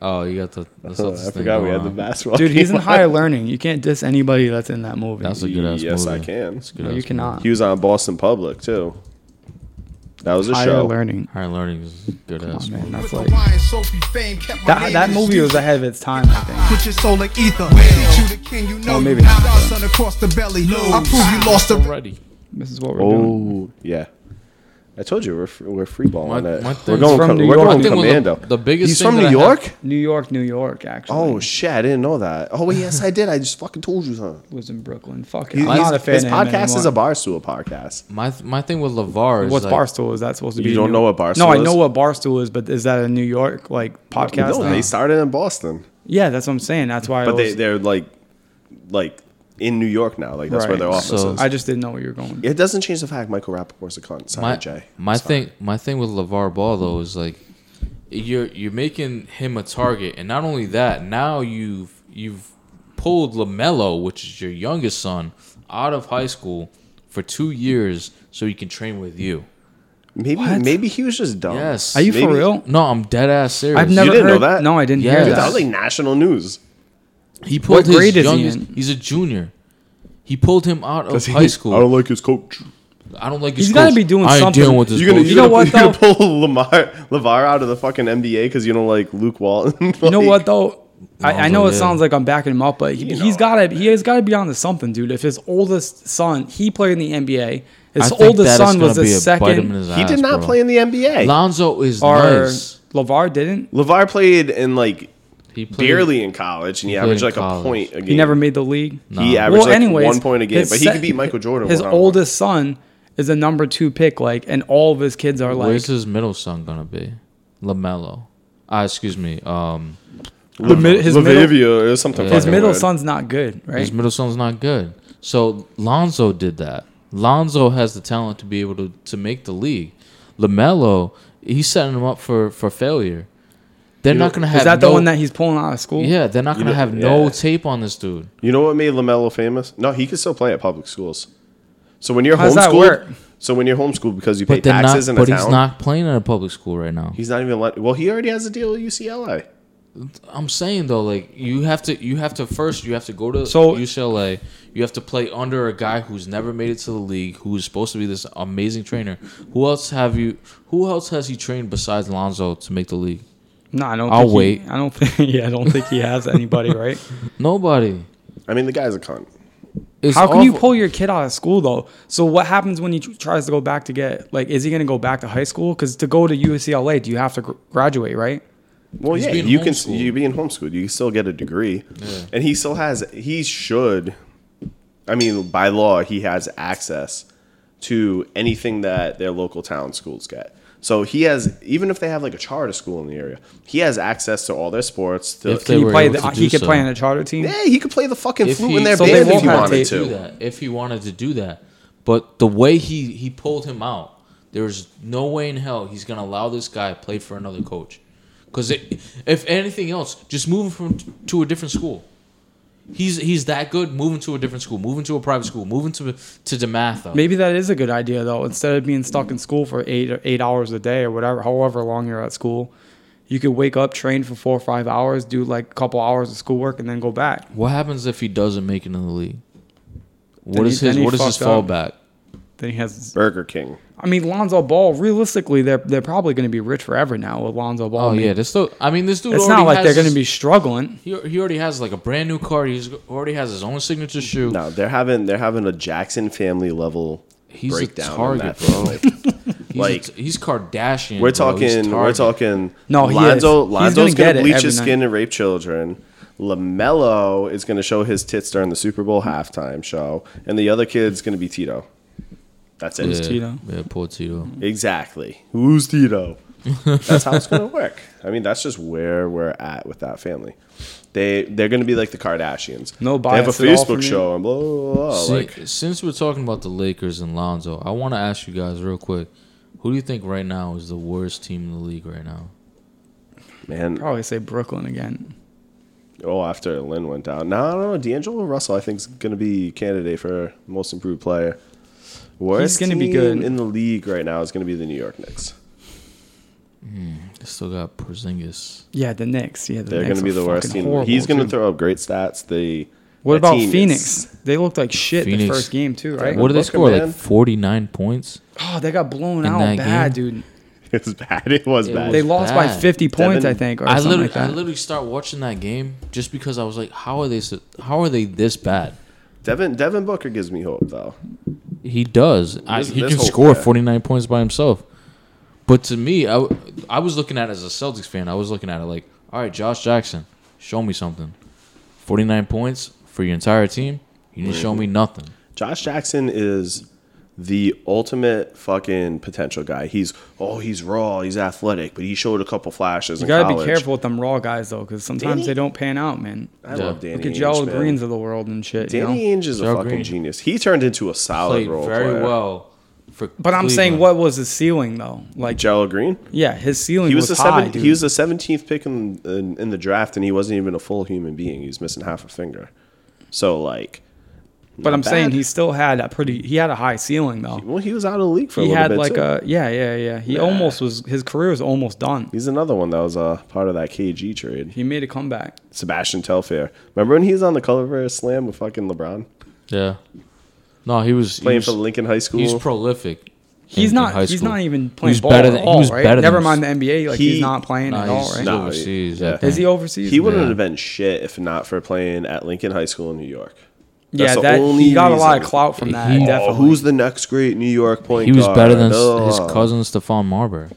Oh, you got the. the Celtics
I
thing
forgot we
going
had the
on.
basketball.
Dude, he's in
game on.
higher learning. You can't diss anybody that's in that movie.
That's a good ass
Yes,
movie.
I can.
That's a good
No,
ass
you
movie.
cannot.
He was on Boston Public too. That was a
higher
show.
learning.
Higher learning is a good ass.
Oh,
movie.
man, that's
With
like
the wine, Sophie, fame kept my
that.
name
That
in
movie was
the
ahead of its time. I think.
Put your soul like ether. Teach you the king, you know.
oh, maybe
you
not.
Our son across the belly. I prove you lost the
Alrighty.
This is what we're
Oh
doing.
yeah. I told you we're f- we're free balling
My-
it.
my
we're
thing's
going
from
co-
New
we're
York.
going
I think
one of the-
commando.
the biggest
He's
thing
from
that
New
I
York.
New York, New York. Actually,
Oh shit! I didn't know that. Oh yes, I did. I just fucking told you something.
was in Brooklyn. Fuck it.
He-
I'm
he's-
not a fan.
his
of him
podcast is a
anymore.
barstool podcast.
My my thing with Levar is
What's
like,
Barstool? Is that supposed to
You
be?
don't
New-
know what Barstool
No, I
is?
know what Barstool is, but is that a New York like podcast?
no,
thing?
they started in Boston,
yeah, that's what I'm saying. That's why. I,
but they
was,
they're like like in New York now. Like that's where
Right.
their office
So-
is.
I just didn't know where you were going.
it doesn't change the fact Michael Rappaport's a cunt. Sorry,
my
Jay.
my
Sorry.
thing my thing with Levar Ball though is like you're you're making him a target, and not only that, now you've you've pulled Lamelo, which is your youngest son, out of high school for two years so he can train with you.
Maybe
What?
maybe he was just dumb.
Yes.
Are you for
Maybe-
real?
No, I'm dead ass serious.
I've never
didn't know
heard,
that?
No, I didn't
Yes.
hear
That
that.
was like national news.
He pulled his
grade is he
youngest.
in?
He's a junior. He pulled him out of
He- Oh.
high school.
I don't like his coach.
I don't like his
He's gotta
coach.
be doing
I ain't
something.
dealing with this
You're gonna,
bullshit.
you
know
know
what,
what, you're gonna pull Lamar Lavar out of the fucking MDA because you don't like Luke Walton.
You know what though?
Lonzo,
I, I know it
yeah.
sounds like I'm backing him up, but he,
You know
he's got to he has got to be onto something, dude. If his oldest son, he played in the NBA,
I
his
think
oldest
that is
son was
gonna be
the
a bite him in
second,
his
He did
ass,
not
bro.
play in the NBA.
Lonzo is
or
nice.
Lavar didn't.
Lavar played in like
He played,
barely in college, and he
played
averaged
in
like
college.
a point a game.
He never made the league.
He averaged like one point a game,
his
but he
sec-
could beat Michael Jordan.
His
one-on-one.
oldest son is a number two pick, like, and all of his kids are like
Where's his middle son gonna be? Lamelo. Ah, excuse me. Um,
the mid- his middle.
Lavivia or something.
Yeah.
His
fucking
middle
weird.
son's not good, right?
his middle son's not good. So Lonzo did that. Lonzo has the talent to be able to to make the league. Lamelo, he's setting him up for for failure. They're not gonna have
Is that
no,
the one that he's pulling out of school?
Yeah, they're not gonna
know-
have no
yeah.
tape on this dude.
You know what made Lamelo famous? No, he could still play at public schools. So when you're
How's that work?
homeschooled, so when you're homeschooled because you pay
But they're
taxes
not.
in a
But
town,
he's not playing in a public school right now.
he's not even. Let, well, he already has a deal with UCLA.
I'm saying though, like you have to, you have to first, you have to go to
So-
UCLA. You have to play under a guy who's never made it to the league, who's supposed to be this amazing trainer. Who else have you? Who else has he trained besides Lonzo to make the league?
No, I don't.
I'll
think he-
wait.
I don't think. Yeah, I don't think he has anybody, right?
Nobody.
I mean, the guy's a cunt.
It's
How can you
awful.
pull your kid out of school though? So what happens when he tr- tries to go back to get like? Is he going to go back to high school? Because to go to UCLA, do you have to gr- graduate, right?
Well,
He's
yeah,
being
you can
homeschooled.
you being homeschooled, you can still get a degree, and he still has he should. I mean, by law, he has access to anything that their local town schools get. So he has, even if they have like a charter school in the area, he has access to all their sports. To,
If
Can
They
he
were
play?
able
The,
to
he
do
could
so.
play on a charter team.
yeah, he could play the fucking flute in their
so they
band if
won't
he
have
wanted
tape.
to.
do that, if he wanted to do that, but the way he he pulled him out, there's no way in hell he's gonna allow this guy play for another coach. Because if anything else, just move him from t- to a different school. He's he's that good. Moving to a different school, moving to a private school, moving to to Dematha.
Maybe that is a good idea though. Instead of being stuck in school for eight or eight hours a day or whatever, however long you're at school, you could wake up, train for four or five hours, do like a couple hours of schoolwork, and then go back.
What happens if he doesn't make it in the league?
Then
What is
he- then
his
he
what is his
fucked up.
fallback?
Then he has.
Burger King.
I mean, Lonzo Ball. Realistically, they're they're probably going to be rich forever now with Lonzo Ball.
Oh
I mean,
yeah, this though. I mean, this dude.
It's
already
not like
has
they're going
his-
to be struggling.
He, he already has like a brand new car. He's already has his own signature shoe.
No, they're having they're having a Jackson family level
He's a
breakdown.
target,
in that
bro.
family.
He's
like-
a- he's Kardashian.
We're
bro. He's
talking. We're
Target.
talking.
No, he
Lonzo.
is. He's
Lonzo's
gonna get
gonna,
it
bleach
every
his
night.
skin and rape children. Lamelo is gonna show his tits during the Super Bowl halftime show, and the other kid's gonna be Tito. That's it.
yeah,
Tito.
Yeah, poor Tito.
Exactly. Who's Tito? That's how it's gonna work. I mean, that's just where we're at with that family. They they're gonna be like the Kardashians.
No
They have a
bias at all for
Facebook
me.
show and blah blah blah.
See,
Oh, like,
since we're talking about the Lakers and Lonzo, I want to ask you guys real quick: Who do you think right now is the worst team in the league right now?
man,
Probably say Brooklyn again.
Oh, after Lynn went down. No, I don't know. D'Angelo Russell, I think, is going to be candidate for most improved player. Worst
gonna
team
be good.
in the league right now is going to be the New York Knicks.
They still got Porzingis.
Yeah, the Knicks. Yeah, the
They're going to be the worst team. He's going to throw up great stats. The
What
that
about
team is-
Phoenix? They looked like shit the
Phoenix.
first game too, right?
What did they
Booker,
score?
man.
Like forty nine points.
oh, they got blown
In
out
that
bad, dude.
It was bad. It was
It
bad.
was
They lost by
bad.
50 points,
Devin-
I think, or
I
something
literally,
like that.
I literally start watching that game just because I was like, how are they? so- How are they this bad?
Devin Devin Booker gives me hope though.
He does. I,
This-
he
this
can
whole
score
player.
49 points by himself. But to me, I, w- I was looking at it as a Celtics fan. I was looking at it like, all right, Josh Jackson, show me something. 49 points for your entire team. You didn't show me nothing.
Josh Jackson is the ultimate fucking potential guy. He's oh, he's raw, he's athletic, but he showed a couple flashes.
you
in
gotta be
college.
careful with them raw guys though, because sometimes
Danny-
they don't pan out, man.
I
Yeah.
love Danny.
Look at
Ainge,
Joel
man.
Greens of the world and shit. you know?
Danny Ainge is a
Joel
fucking
Green.
genius. He turned into a solid
Played
role
very
player.
well. For
But I'm saying, what was his ceiling though? Like,
Jello Green.
yeah, his ceiling
He was,
was,
the
high,
seven,
dude.
he was the seventeenth pick in, in in the draft, and he wasn't even a full human being. He was missing half a finger. So like,
But I'm
bad.
saying he still had a pretty. He had a high ceiling though.
Well, he was out of the league for a
He
little
had
bit.
like
too.
a yeah yeah yeah. He almost was. His career was almost done.
He's another one that was uh, part of that KG trade.
He made a comeback.
Sebastian Telfair. Remember when he was on the cover of Slam with fucking LeBron?
Yeah. No, he was
Playing
he was,
for Lincoln High School?
He's prolific.
He's
in- in
not.
high
He's
school.
not even
He
playing
was
ball
better than-
at
he
all,
was
right?
better than-
Never mind the NBA. Like
He-
he's not playing
Nah,
at all,
he's
right?
No,
overseas.
yeah.
I
Is
think.
he overseas?
he wouldn't
Yeah.
have been shit if not for playing at Lincoln High School in New York. That's
yeah,
the
that
only
he got a lot of
reason.
clout from that.
He-
Oh,
definitely.
who's the next great New York point
He was
guard?
better than
Oh.
s- his cousin Stephon Marbury.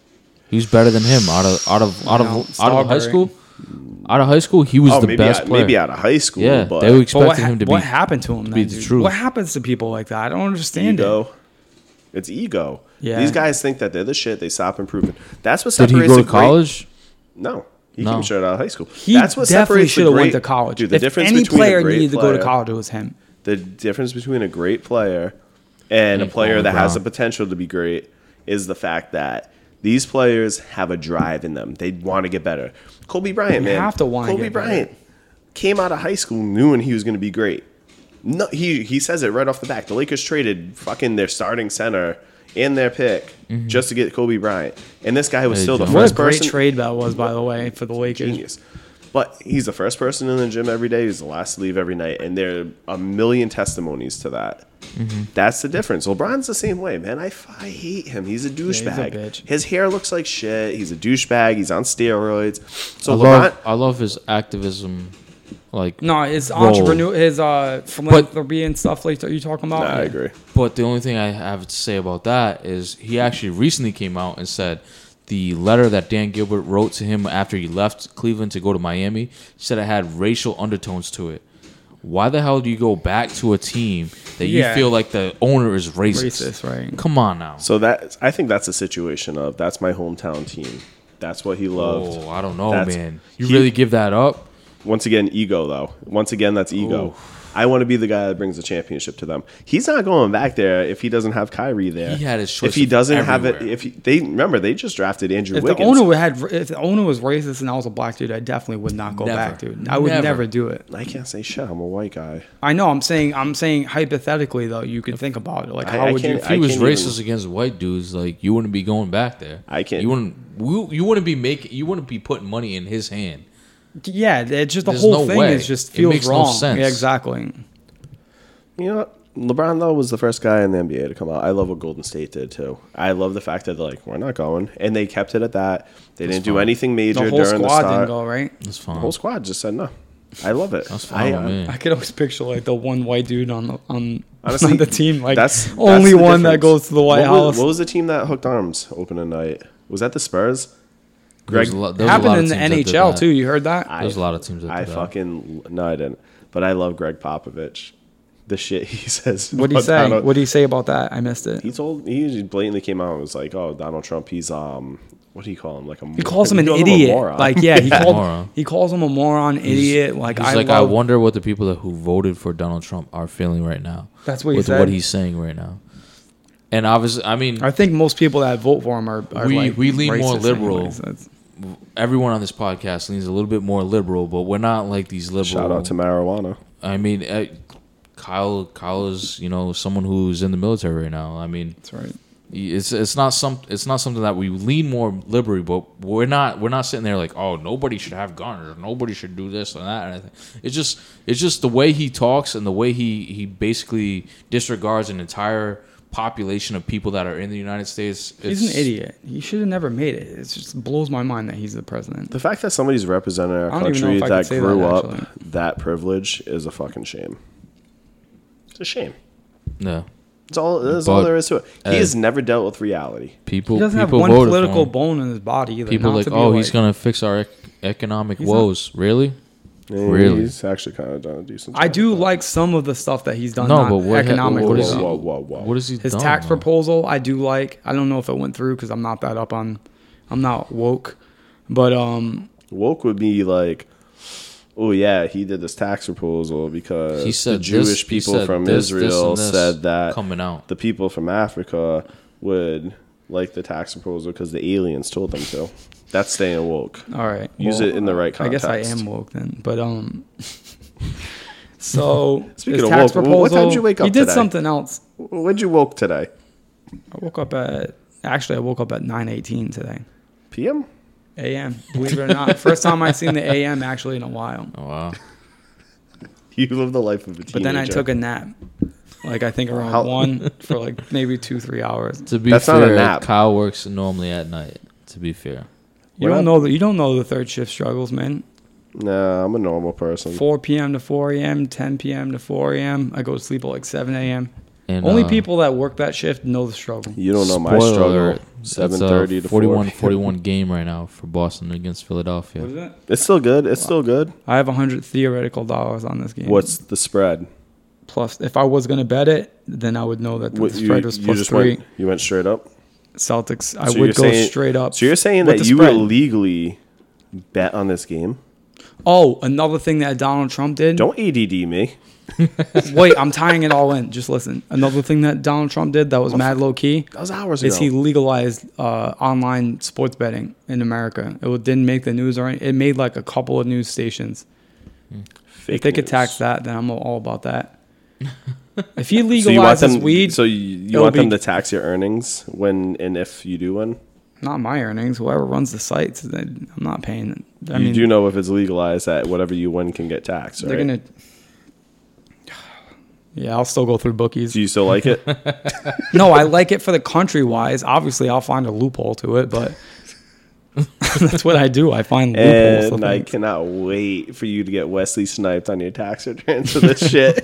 He was better than him out of out of out
No,
of out of high
Starbury.
school. Out of high school, he was
Oh,
the
maybe,
best
out,
player.
maybe out of high school.
yeah,
but
they were expecting
But what, ha-
him to be.
what happened to him? Then,
be the
dude?
truth.
What happens to people like that? I don't understand it.
ego. It's ego.
Yeah.
These guys think that they're the shit. They stop improving. That's what
Did
separates
he go
the
to
great-
college?
No. He
No.
came straight out of high school.
He
That's what
definitely
separates the
should have went
great-
to college.
Dude, the
if
difference
any
between a
player
great
needed to go to
player-
college, it was him.
the difference between a great player and a
Ain't
player
Kwame
that has the
Brown.
potential to be great is the fact that these players have a drive in them. They want to get better. Kobe Bryant,
You
man,
have to wanna
Kobe
get better.
Bryant came out of high school knowing he was going to be great. No, he he says it right off the bat. The Lakers traded fucking their starting center and their pick just to get Kobe Bryant, and this guy was
Hey,
still the
John.
Mm-hmm. What
first
a great
person
trade that was, by the way, for the Lakers.
genius. But he's the first person in the gym every day. He's the last to leave every night, and there are a million testimonies to that. That's the difference. LeBron's the same way, man. I, f- I hate him. He's a
a
douchebag.
bitch.
His hair looks like shit. He's a douchebag. He's on steroids. So
I
LeBron,
love I love his activism. Like
No, his
Role.
entrepreneur, his uh, philanthropy and stuff like that. You talking about?
Nah, I
Yeah.
agree.
But the only thing I have to say about that is he actually recently came out and said the letter that Dan Gilbert wrote to him after he left Cleveland to go to Miami said it had racial undertones to it. Why the hell do you go back to a team that
Yeah.
you feel like the owner is racist?
Racist, right.
Come on now.
So that I think that's a situation of that's my hometown team. That's what he loved.
Oh, I don't know,
That's-
man. You
he-
really give that up?
Once again, ego though. Once again, that's ego. I want to be the guy that brings the championship to them. He's not going back there if he doesn't have Kyrie there.
He had his choice
If he
of
doesn't have it,
everywhere.
if he, they remember they just drafted Andrew
If the
Wiggins.
owner had, if the owner was racist and I was a black dude, I definitely would not go
Never.
back, dude. I would
Never.
never. do it.
I can't say shit. I'm a white guy.
I know. I'm saying, I'm saying hypothetically though, you can think about it. Like,
I-
how
I
would you?
can't-
If
I
he was
can't even-
racist against white dudes, like you wouldn't be going back there.
I can't-
You wouldn't. You you wouldn't be making. You wouldn't be putting money in his hand.
Yeah, it's just the
There's
whole
no
thing
way.
is just
It
feels
makes no
wrong.
sense.
Yeah, exactly.
You know, what? LeBron though was the first guy in the NBA to come out. I love what Golden State did too. I love the fact that they're like we're not going, and they kept it at that. They didn't do anything major
The whole
during the
squad didn't
start.
go right.
That's fine.
The whole squad just said no. I love it.
That's fine,
I,
with me.
I could always picture like the one white dude on the on,
Honestly,
on the team, like
that's that's
only
the
one that
difference.
goes to the White
what Was,
House.
what was the team that hooked arms opening night? Was that the Spurs?
There was
Greg-
a lot- there was a lot of
Happened in the
teams that did
NHL
that.
too. You heard that?
I-
There's a lot of teams that
I
did that.
fucking no, I didn't. But I love Greg Popovich. The shit he says.
what do you
about
say?
Donald-
What do you say about that? I missed it.
he told he just blatantly came out and was like, "Oh, Donald Trump, he's um, what do you call him? Like a
He calls him an idiot. like yeah, he called
Moron.
he calls him a moron, idiot. Like
He's
I
like,
love,
I wonder what the people that who voted for Donald Trump are feeling right now.
That's what he
with
said.
what he's saying right now. And obviously, I mean,
I think most people that vote for him are, are
We-
like,
we lean more
racist
liberal.
anyways. That's-
everyone on this podcast leans a little bit more liberal, but we're not like these liberal.
Shout out to marijuana.
I mean, uh, Kyle. Kyle is you know someone who's in the military right now. I mean,
That's right.
it's it's not some it's not something that we lean more liberally, but we're not we're not sitting there like oh nobody should have guns or nobody should do this and that and everything. It's just it's just the way he talks and the way he he basically disregards an entire population of people that are in the United States. It's,
He's an idiot. He should have never made it. It just blows my mind that he's the president.
The fact that somebody's representing our
I don't even know
country
if I
that
could say
grew
that,
up
actually.
that privilege is a fucking shame. It's a shame.
No,
That's all. That's all
But,
there is to it. He
uh,
has never dealt with reality.
people
He doesn't have
people
one
voted for
political
him.
bone in his body either.
People
not
like
to be
oh
like,
he's gonna fix our ec- economic
not-
woes. Really?
And
Really?
He's actually kind of done a decent.
I
job.
do like some of the stuff that he's done.
No,
on
but what ha-
economic
what
Whoa,
is
level.
he-
whoa, whoa, whoa.
What is he?
His
done,
tax
though?
proposal, I do like. I don't know if it went through because I'm not that up on. I'm not woke, but um,
woke would be like, oh yeah, he did this tax proposal because
He said
the Jewish
this, he
people
said
from
this, this,
Israel
and this
said that
coming out.
the people from Africa would like the tax proposal because the aliens told them to. That's staying woke.
all right.
Use it in the right
I guess I
context.
am woke then, but um. So
Speaking
his
of
tax
woke,
proposal,
what time did you wake up
He did
today?
something else.
When'd you woke today?
I woke up at actually I woke up at nine eighteen today.
PM?
AM. Believe it or not, first time I've seen the AM actually in a while.
Oh, wow.
You live the life of a teenager.
But then I took a nap. Like I think around
How-
one for like maybe two three hours.
To be
That's
fair,
not a nap.
Kyle works normally at night. To be fair,
You
Well-
don't know the you don't know the third shift struggles, man.
No, I'm a normal person.
4 p.m. to 4 a.m., 10 p.m. to 4 a.m. I go to sleep at like 7 a.m.
and
Only
uh,
people that work that shift know the struggle.
You don't know my
spoiler
struggle.
alert, it's a
Seven thirty to 41,
41 game right now for Boston against Philadelphia.
What is it?
It's still good. It's still good.
I have 100 theoretical dollars on this game.
What's the spread?
plus? If I was gonna bet it, then I would know that the
What, you,
spread was
you
plus
just
three.
went. You went straight up.
Celtics. I
So you're
would go
saying-
straight up.
So you're saying
with
that
the
you were
spread.
legally bet on this game?
Oh, another thing that Donald Trump did.
Don't ADD me.
Wait, I'm tying it all in. Just listen. Another thing that Donald Trump did that was mad low key
That was hours ago.
is he legalized uh, online sports betting in America. It wa- didn't make the news or any, it made like a couple of news stations.
Fake
if they could
news.
tax that, then I'm all about that. if he
So you want
legalizes
them?
weed,
so you, you
it'll
want them
be-
to tax your earnings when and if you do win?
not my earnings. Whoever runs the sites, they- I'm not paying. it. I
you
mean,
do know if it's legalized that whatever you win can get taxed, right?
they're gonna. Yeah, I'll still go through bookies.
Do you still like it?
no, I like it for the country wise. Obviously, I'll find a loophole to it, but that's what I do. I find loopholes. to
and I
things.
cannot wait for you to get Wesley sniped on your tax return for this shit.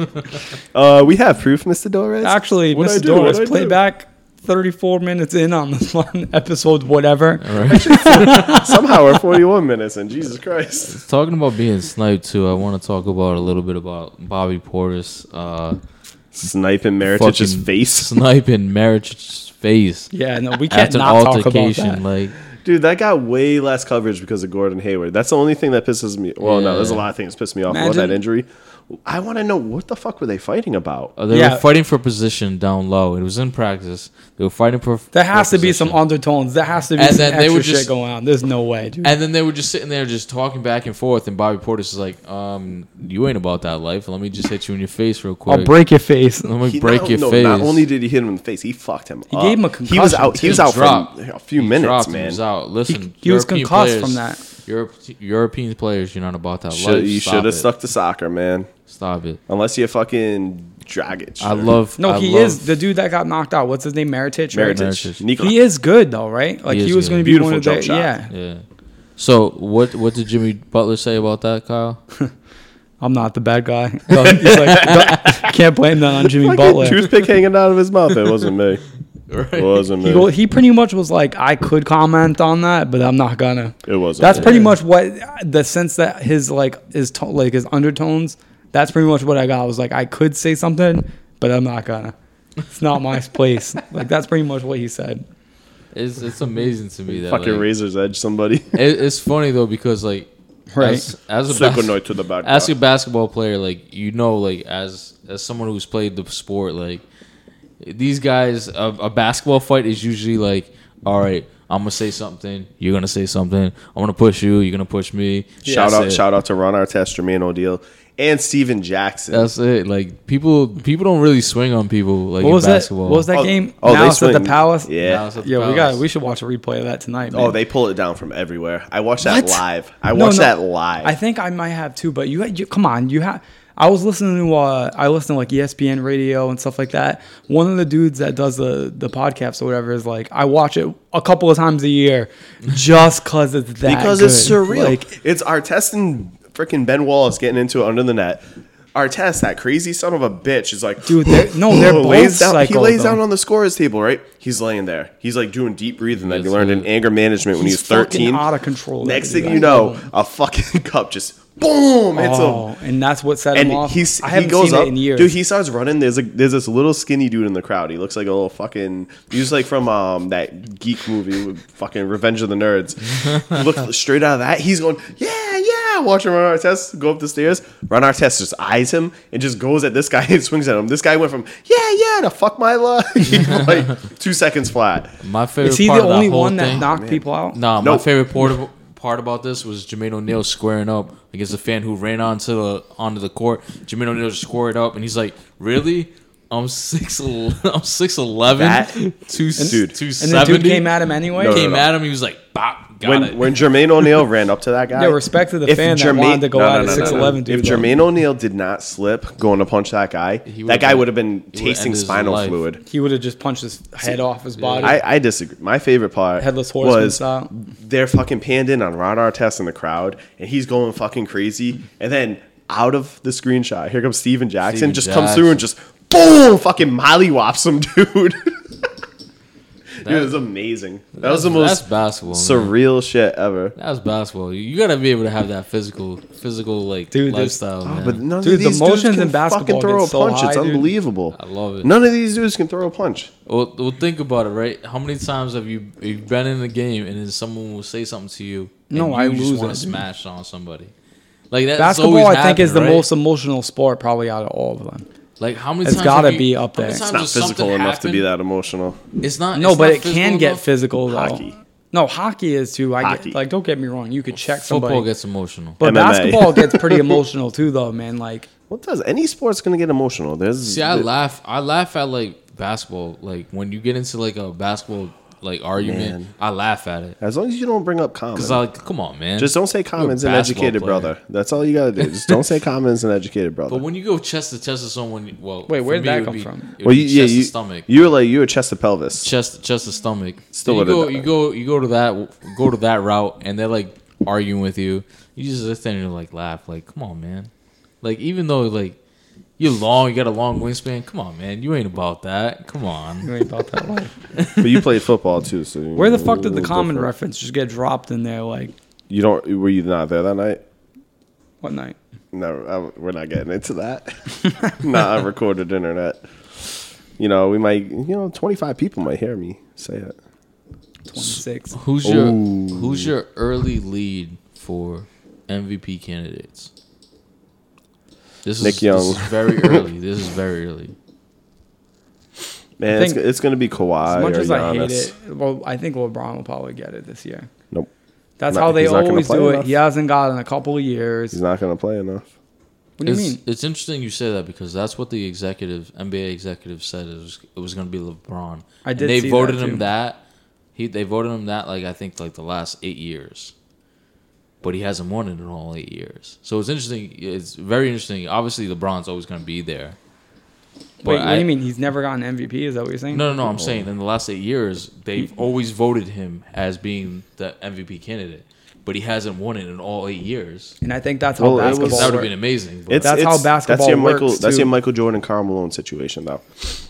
Uh, we have proof, Mr. Doris.
Actually,
What'd I
Mr.
do? What'd I
Doris,
do?
playback 34 minutes in on this one episode, whatever.
All right.
Somehow we're 41 minutes in. Jesus Christ.
Talking about being sniped too, I want to talk about a little bit about Bobby Portis uh,
Sniping Meritich's
fucking
face.
sniping Merich's face.
Yeah, no, we can't
That's an
not talk about
altercation.
that.
Like
Dude, that got way less coverage because of Gordon Hayward. That's the only thing that pisses me. Well, no, there's a
Yeah.
lot of things that piss me off about
Imagine-
that injury. I want to know what the fuck were they fighting about?
uh, they
Yeah.
were fighting for position down low. It was in practice. They were fighting for.
There has
for
to be some
position.
undertones. There has to be
And
some
then they
extra
were
shit
just-
going on. There's no way, dude.
And then they were just sitting there, just talking back and forth. And Bobby Portis is like, "Um, you ain't about that life. Let me just hit you in your face real quick.
I'll break your face.
Let me
He-
break
not,
your
no,
face."
Not only did he hit him in the face, he fucked him. He up.
gave him a
He was
concussion,
out. He
too.
was out
dropped.
for a few
He
minutes,
dropped,
man.
He was out. Listen,
he was
European
concussed
players-
from that.
Europe, European players, you're not about that
Should,
life.
you
Stop
should have
it.
stuck to soccer, man.
Stop it.
Unless you're fucking Dragic.
I love.
No,
I
he
love-
is the dude that got knocked out. What's his name? Meritage. right?
Meritage.
Meritic.
Nikola.
He is good though, right? Like
He
he,
is
was
good.
going to be
Beautiful
one of
jump
the
shot.
yeah.
Yeah. So what? What did Jimmy Butler say about that, Kyle?
I'm not the bad guy. So he's like, "Don't- can't blame that on Jimmy
Like a
Butler.
toothpick hanging out of his mouth. It wasn't me. It wasn't
He, go,
me.
he pretty much was like, I could comment on that, but I'm not gonna.
It wasn't.
That's
me.
pretty much what the sense that his like his to- like his undertones. That's pretty much what I got. I was like, I could say something, but I'm not gonna. It's not my place. Like that's pretty much what he said.
It's it's amazing to me that
fucking
like,
razor's edge. Somebody.
it, it's funny though because like
Right.
as, as a
Second
bas-
night to the back.
as a basketball player like you know like as as someone who's played the sport like these guys a, a basketball fight is usually like all right I'm gonna say something you're gonna say something I'm gonna push you you're gonna push me
Shout
That's
out,
it.
shout out to Ron Artest, Jermaine O'Deal, and Steven Jackson.
that's it like people people don't really swing on people like
What
in
was that?
basketball
What was that
Oh,
game?
oh, they
now it's at the
swing-
palace.
Now
Yeah.
it's at the
Yeah, we got.
Palace.
We should watch a replay of that tonight. Man.
Oh, they pull it down from everywhere. I watched that
What?
live. I
No,
watched
no.
that live.
I think I might have too, but you, you come on, you have. I was listening to uh, I listen to like ESPN radio and stuff like that. One of the dudes that does the the podcast or whatever is like, I watch it a couple of times a year, just cause it's that.
because it's
good.
surreal.
Like,
it's Artest and freaking Ben Wallace getting into it under the net. Artest, that crazy son of a bitch, is like,
Dude, they're- no, Oh, they're both
down, He
psycho,
lays
though.
down on the scorer's table, right? He's laying there. He's like doing deep breathing that he
Yes,
learned
man.
in anger management when he
He's
was thirteen.
fucking out of control, that
Next
dude.
thing you know, a fucking cup just boom hits him.
oh, and that's what set him
and
off.
he's
I
he
haven't
goes
seen
up,
it in years.
dude. He starts running. There's a there's this little skinny dude in the crowd. He looks like a little fucking. He was like from um that geek movie, with fucking Revenge of the Nerds. Look straight out of that. He's going, yeah, yeah. Watching Ron Artest go up the stairs. Ron Artest just eyes him and just goes at this guy and swings at him. This guy went from yeah, yeah to fuck my life like two seconds flat.
my favorite
is he
part
the
of that
only
whole
one
thing-
that knocked people out?
Nah,
Nope.
my favorite part, part about this was Jermaine O'Neal squaring up against a fan who ran onto the onto the court. Jermaine O'Neal just scored up, and he's like, "Really? I'm six. el- I'm six eleven.
That-
two
Dude.
two
And the dude
seventy.
came at him anyway.
No, no,
Came
no.
at him. He was like, "Bop, got
when,
it."
when Jermaine O'Neal ran up to that guy,
Yeah, respect to the fan that wanted to go out at 6'11" dude,
If
though.
Jermaine O'Neal did not slip going to punch that guy,
would've
that guy
been-
would have been
he would've
tasting
ended his
spinal
life.
fluid.
He would have just punched his head off his body.
I, I disagree. My favorite part
Headless horseman
was
style.
they're fucking panned in on Rod Artest in the crowd, and he's going fucking crazy. And then out of the screenshot, here comes Steven Jackson,
Steven
just comes through and just boom, fucking mollywops him, dude. Dude, it was amazing. That was the
that's
most
basketball, man.
surreal shit ever.
That's basketball. You you gotta be able to have that physical, physical like
Dude, this-
lifestyle. man.
Oh, But none
Dude,
of
the
these
motions
dudes
in
can fucking
basketball
throw
get
a
so
punch.
high,
it's
dude.
unbelievable.
I love it.
None of these dudes can throw a punch.
Well, well, think about it, right? How many times have you you've been in a game and then someone will say something to you? And
No,
you
I lose
Want
it.
to smash on somebody? Like that's
Basketball,
always
I think, is the
happened, right?
most emotional sport probably out of all of them.
Like how many?
it's
times
gotta
have you-
be up
how many
there.
times
It's not
has something
physical enough to be
happened-
that emotional.
It's not.
No,
it's
but
not
it can get
enough.
physical though.
Hockey.
No, hockey is too. I
Hockey.
get, like don't get me wrong. You could check somebody,
Football gets emotional.
but
MMA.
basketball gets pretty emotional too, though, man. Like
What does any sport's gonna get emotional? There's
See, I
there-
laugh. I laugh at like basketball. Like when you get into like a basketball like argument,
Man.
I laugh at it
As long as you don't bring up common.
because I like, come on, man.
just don't say commons and
basketball
educated
player.
brother. That's all you gotta do. Just don't say commons and educated brother.
But when you go chest to chest with someone, well,
Wait,
for
where'd
me,
that
it would
come
be-
from?
it would
well,
be
you, yeah,
chest to
you,
stomach.
you were like you were chest to pelvis.
chest chest to stomach.
Still
you
would've
go
done
you
it.
go you go to that go to that route and they're like arguing with you. You just sit there and you like laugh like come on man. Like even though like you're long, you got a long wingspan. Come on man, you ain't about that. Come on.
you ain't about that life.
but you played football too, so you
Where the
know,
fuck
a
did the
little
common
different.
reference just get dropped in there? Like
You don't were you not there that night?
what night?
No, I, we're not getting into that. not on recorded internet. You know, we might you know twenty five people might hear me say it.
Twenty six.
Who's your who's your early lead for MVP candidates? This is,
Nick Young.
This is very early. this is very early.
Man, it's,
think-
it's gonna be Kawhi
As much
or
as
Giannis.
I hate it, well, I think LeBron will probably get it this year.
Nope,
That's
Not-
how they
he's not gonna
always
play
do
enough.
it. He hasn't got in a couple of years.
he's not gonna play enough.
What do you
It's,
mean?
it's interesting you say that because that's what the executive NBA executive said it was it was going to be LeBron.
I
And
did
they
see
voted
that,
him
too.
that. He they voted him that like I think like the last eight years, but he hasn't won it in all eight years. So it's interesting. It's very interesting. Obviously, LeBron's always going to be there.
Wait, what
I-
do you mean? He's never gotten MVP? Is that what you're saying?
No,
Oh.
no, no. I'm saying in the last eight years, they've always voted him as being the MVP candidate, but he hasn't won it in all eight years.
And I think that's how
Well, it was-
basketball.
That would have
works.
been amazing. But
It's,
That's how
it's-
basketball
your
works,
Michael, That's
too.
your Michael Jordan, and Karl Malone situation, though.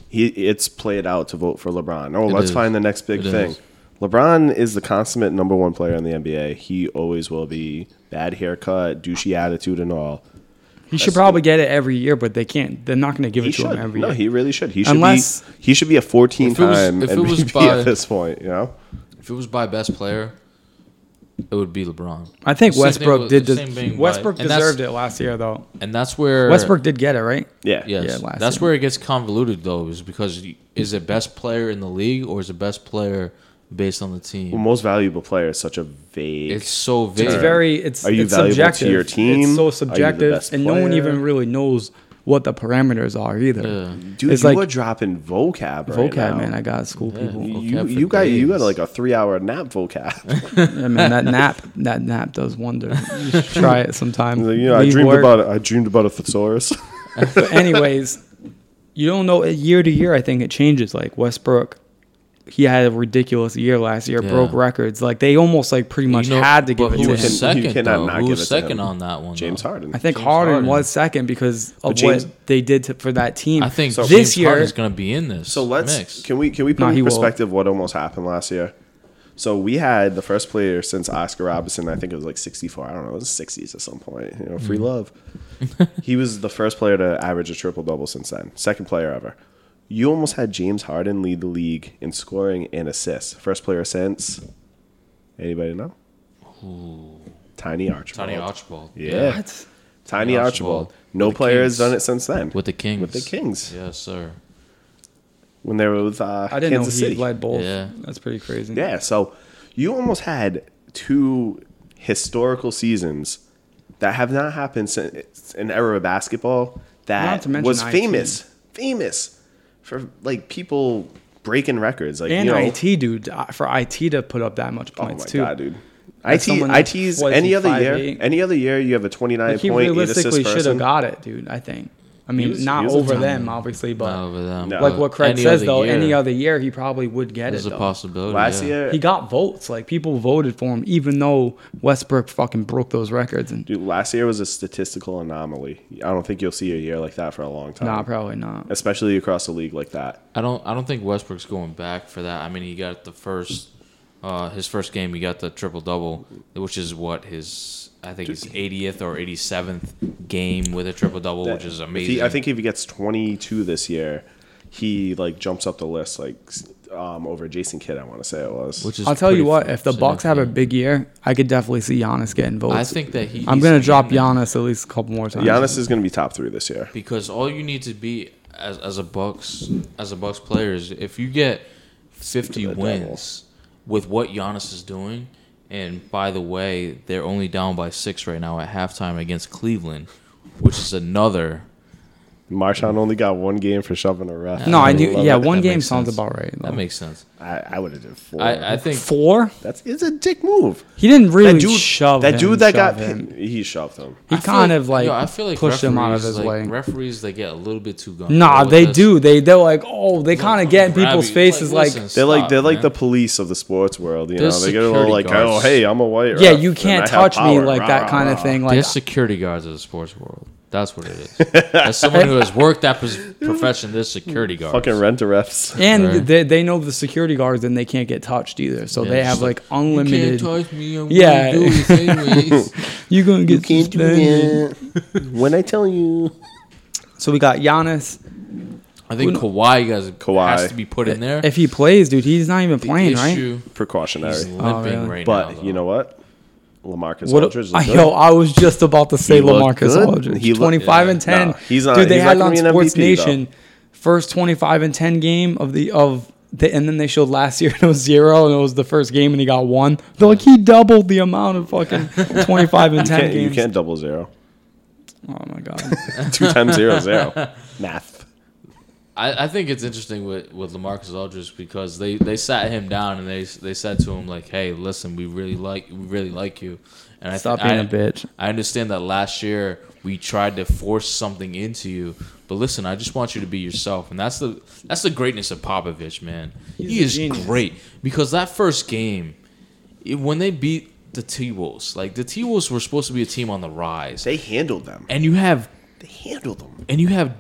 He it's played out to vote for LeBron. Oh, let's
is.
find the next big
It
thing.
is.
LeBron is the consummate number one player in the NBA. He always will be. Bad haircut, douchey attitude, and all.
He should probably get it every year, but they can't. They're not going to give
He
it to
should.
him every
No,
year.
he really should. He should
Unless-
be. He should be a fourteen
If it was-
time
if it was
MVP
by-
at this point. You know.
If it was by best player, it would be LeBron.
I think
Same thing
Westbrook
with-
did.
same thing
Des-
with-
Westbrook
and that's-
deserved it last year, though.
and that's where
Westbrook did get it, right?
Yeah.
Yes,
yeah, last
that's
year.
where it gets convoluted though, is because you- is it best player in the league or is it best player based on the
Well,
team?
most valuable player is such a vague.
It's so vague.
It's very. It's,
Are you
it's
valuable to
subjective.
your team?
It's
Are you
so
the
subjective,
best
and no one
player?
even really knows what the parameters are either.
Dude,
it's
you
like-
are dropping vocab. Right
Vocab,
now.
man. I got school people.
You,
Vocab
you,
for
you got you got
days.
like a three hour nap vocab.
I mean, that nap, that nap does wonders. You should try it sometime.
Like, you know, I
Leave
dreamed
work.
about it. I dreamed about a thesaurus.
But anyways, you don't know uh, year to year. I think it changes. Like Westbrook, he had a ridiculous year last year,
Yeah.
broke records. Like they almost like pretty much
You know,
had to give
but
it
who
to him.
was second?
You cannot
though?
not
who
give
was
it to
second
him.
on that one?
James
though?
Harden.
I think
James
Harden,
Harden.
was second because of
James-
what they did to, for that team.
I think
So-
this
this
James year
year,
Harden's going to be in this.
so let's
mix.
can we can we put
No, he
in
will.
perspective what almost happened last year? So we had the first player since Oscar Robinson. I think it was like sixty four. I don't know. It was sixties at some point. You know, free love.
Mm-hmm.
he was the first player to average a triple double since then. Second player ever. You almost had James Harden lead the league in scoring and assists. First player since anybody know? Tiny Archibald.
Tony Archibald.
Yeah.
What?
Tiny
Archibald.
Archibald. No
With the
player has
Kings.
done it since then.
With the Kings.
With the Kings.
Yes, sir.
When they were with uh,
I didn't
Kansas
know he
City.
led both.
Yeah.
That's pretty crazy.
yeah, so you almost had two historical seasons that have not happened since an era of basketball
Not
that
to mention
was
IT.
famous, famous for like people breaking records. Like
And
you know,
IT, dude, uh, for IT to put up that much
Oh my
points too.
god, dude.
As someone
IT,
that's-
IT's
what is
any
he,
other year,
5'8"?
any other year, you have a twenty nine
Like, he
point, eight
realistically
assist
should have
person.
got it, dude. I think. I mean,
was-
not
he was a
over
top-
them, obviously, but
Not over them,
Uh, No.
but
like what Craig
any
says
other
though,
year,
any other year he probably would get
there's a
it. though.
possibility.
Last
yeah.
year,
He got votes. Like people voted for him, even though Westbrook fucking broke those records. And
dude, last year was a statistical anomaly. I don't think you'll see a year like that for a long time.
nah, probably not.
Especially across a league like that.
I don't. I don't think Westbrook's going back for that. I mean, he got the first, uh, his first game. He got the triple double, which is what his I think his 80th or 87th game with a triple double, which
If
is
he-
amazing.
I think if he gets twenty two this year, he like jumps up the list like s- um, over Jason Kidd. I want to say it was.
Which is
I'll tell you
pretty
what,
fu-
if the Bucks have a
significant.
big year, I could definitely see Giannis getting votes.
I think that he.
I'm
he's
gonna
in
drop
there.
Giannis at least a couple more times.
Giannis is going to be top three this year.
because all you need to be as as a Bucks as a Bucks player is if you get fifty
Look at the
wins with what Giannis is doing, and by the way, they're only down by six right now at halftime against Cleveland, which is another.
Marshawn only got one game for shoving a ref.
No, I
do.
knew. Yeah, one
That
game
makes
sounds
sense.
about right. though.
That makes sense.
I, I would have done four.
I, I think
four.
That's it's a dick move.
He didn't really
that dude,
shove
that
him,
dude that got
shove him.
pinned, he shoved him.
He
I feel
kind of like,
yo,
pushed him out of
referees,
his
like,
way.
Referees they get a little bit too gun.
nah, they do. They they're like, oh, they kind of get in people's faces like,
They're like they're like the police of the sports world. You
They're
know, they get a little
security
like, oh
guards.
hey, I'm a white.
yeah,
ref,
you
and I
can't
have
touch me
power."
like
Rah,
that kind of
rah.
thing.
They're
Like
security guards of the sports world. That's what it is. As someone who has worked that pos- profession, they're security guards.
Fucking rent a refs.
And
Right.
they, they know the security guards and they can't get touched either. So
Yeah,
they
just
have
like,
like unlimited. You,
touch me. I'm
Yeah. do this
anyways.
are gonna get suspended.
when I tell you.
So we got Giannis.
I think Kawhi guys
Kawhi.
has to be put in there.
If he plays, dude, he's not even
The
playing, right?
issue, He's
Precautionary,
limping
Oh, really?
right now.
but
though.
you know what? Lamarcus
What
Aldridge.
I,
looked good.
yo, I was just about to say
He looked
Lamarcus
good.
Aldridge.
He looked-
twenty five
yeah.
and ten.
Nah, he's not-
dude, they
he's
had
not
it
gonna
on
be an
Sports
MVP though.
Nation first twenty five and ten game of the of the and then they showed last year and it was zero and it was the first game and he got one. They're like he doubled the amount of fucking twenty five and
You
ten
can't, you
games.
can't double zero.
Oh my god.
Two times zero zero. Math.
I, I think it's interesting with, with Lamarcus Aldridge because they, they sat him down and they they said to him like, "Hey, listen, we really like we really like you." And I
Stop
think-
being
I-
a bitch.
I understand that last year we tried to force something into you, but listen, I just want you to be yourself, and that's the that's the greatness of Popovich, man. he
a
is
genius.
great because that first game, it- when they beat the T Wolves, like the T Wolves were supposed to be a team on the rise,
They handled them.
and you have
They handled them.
and you have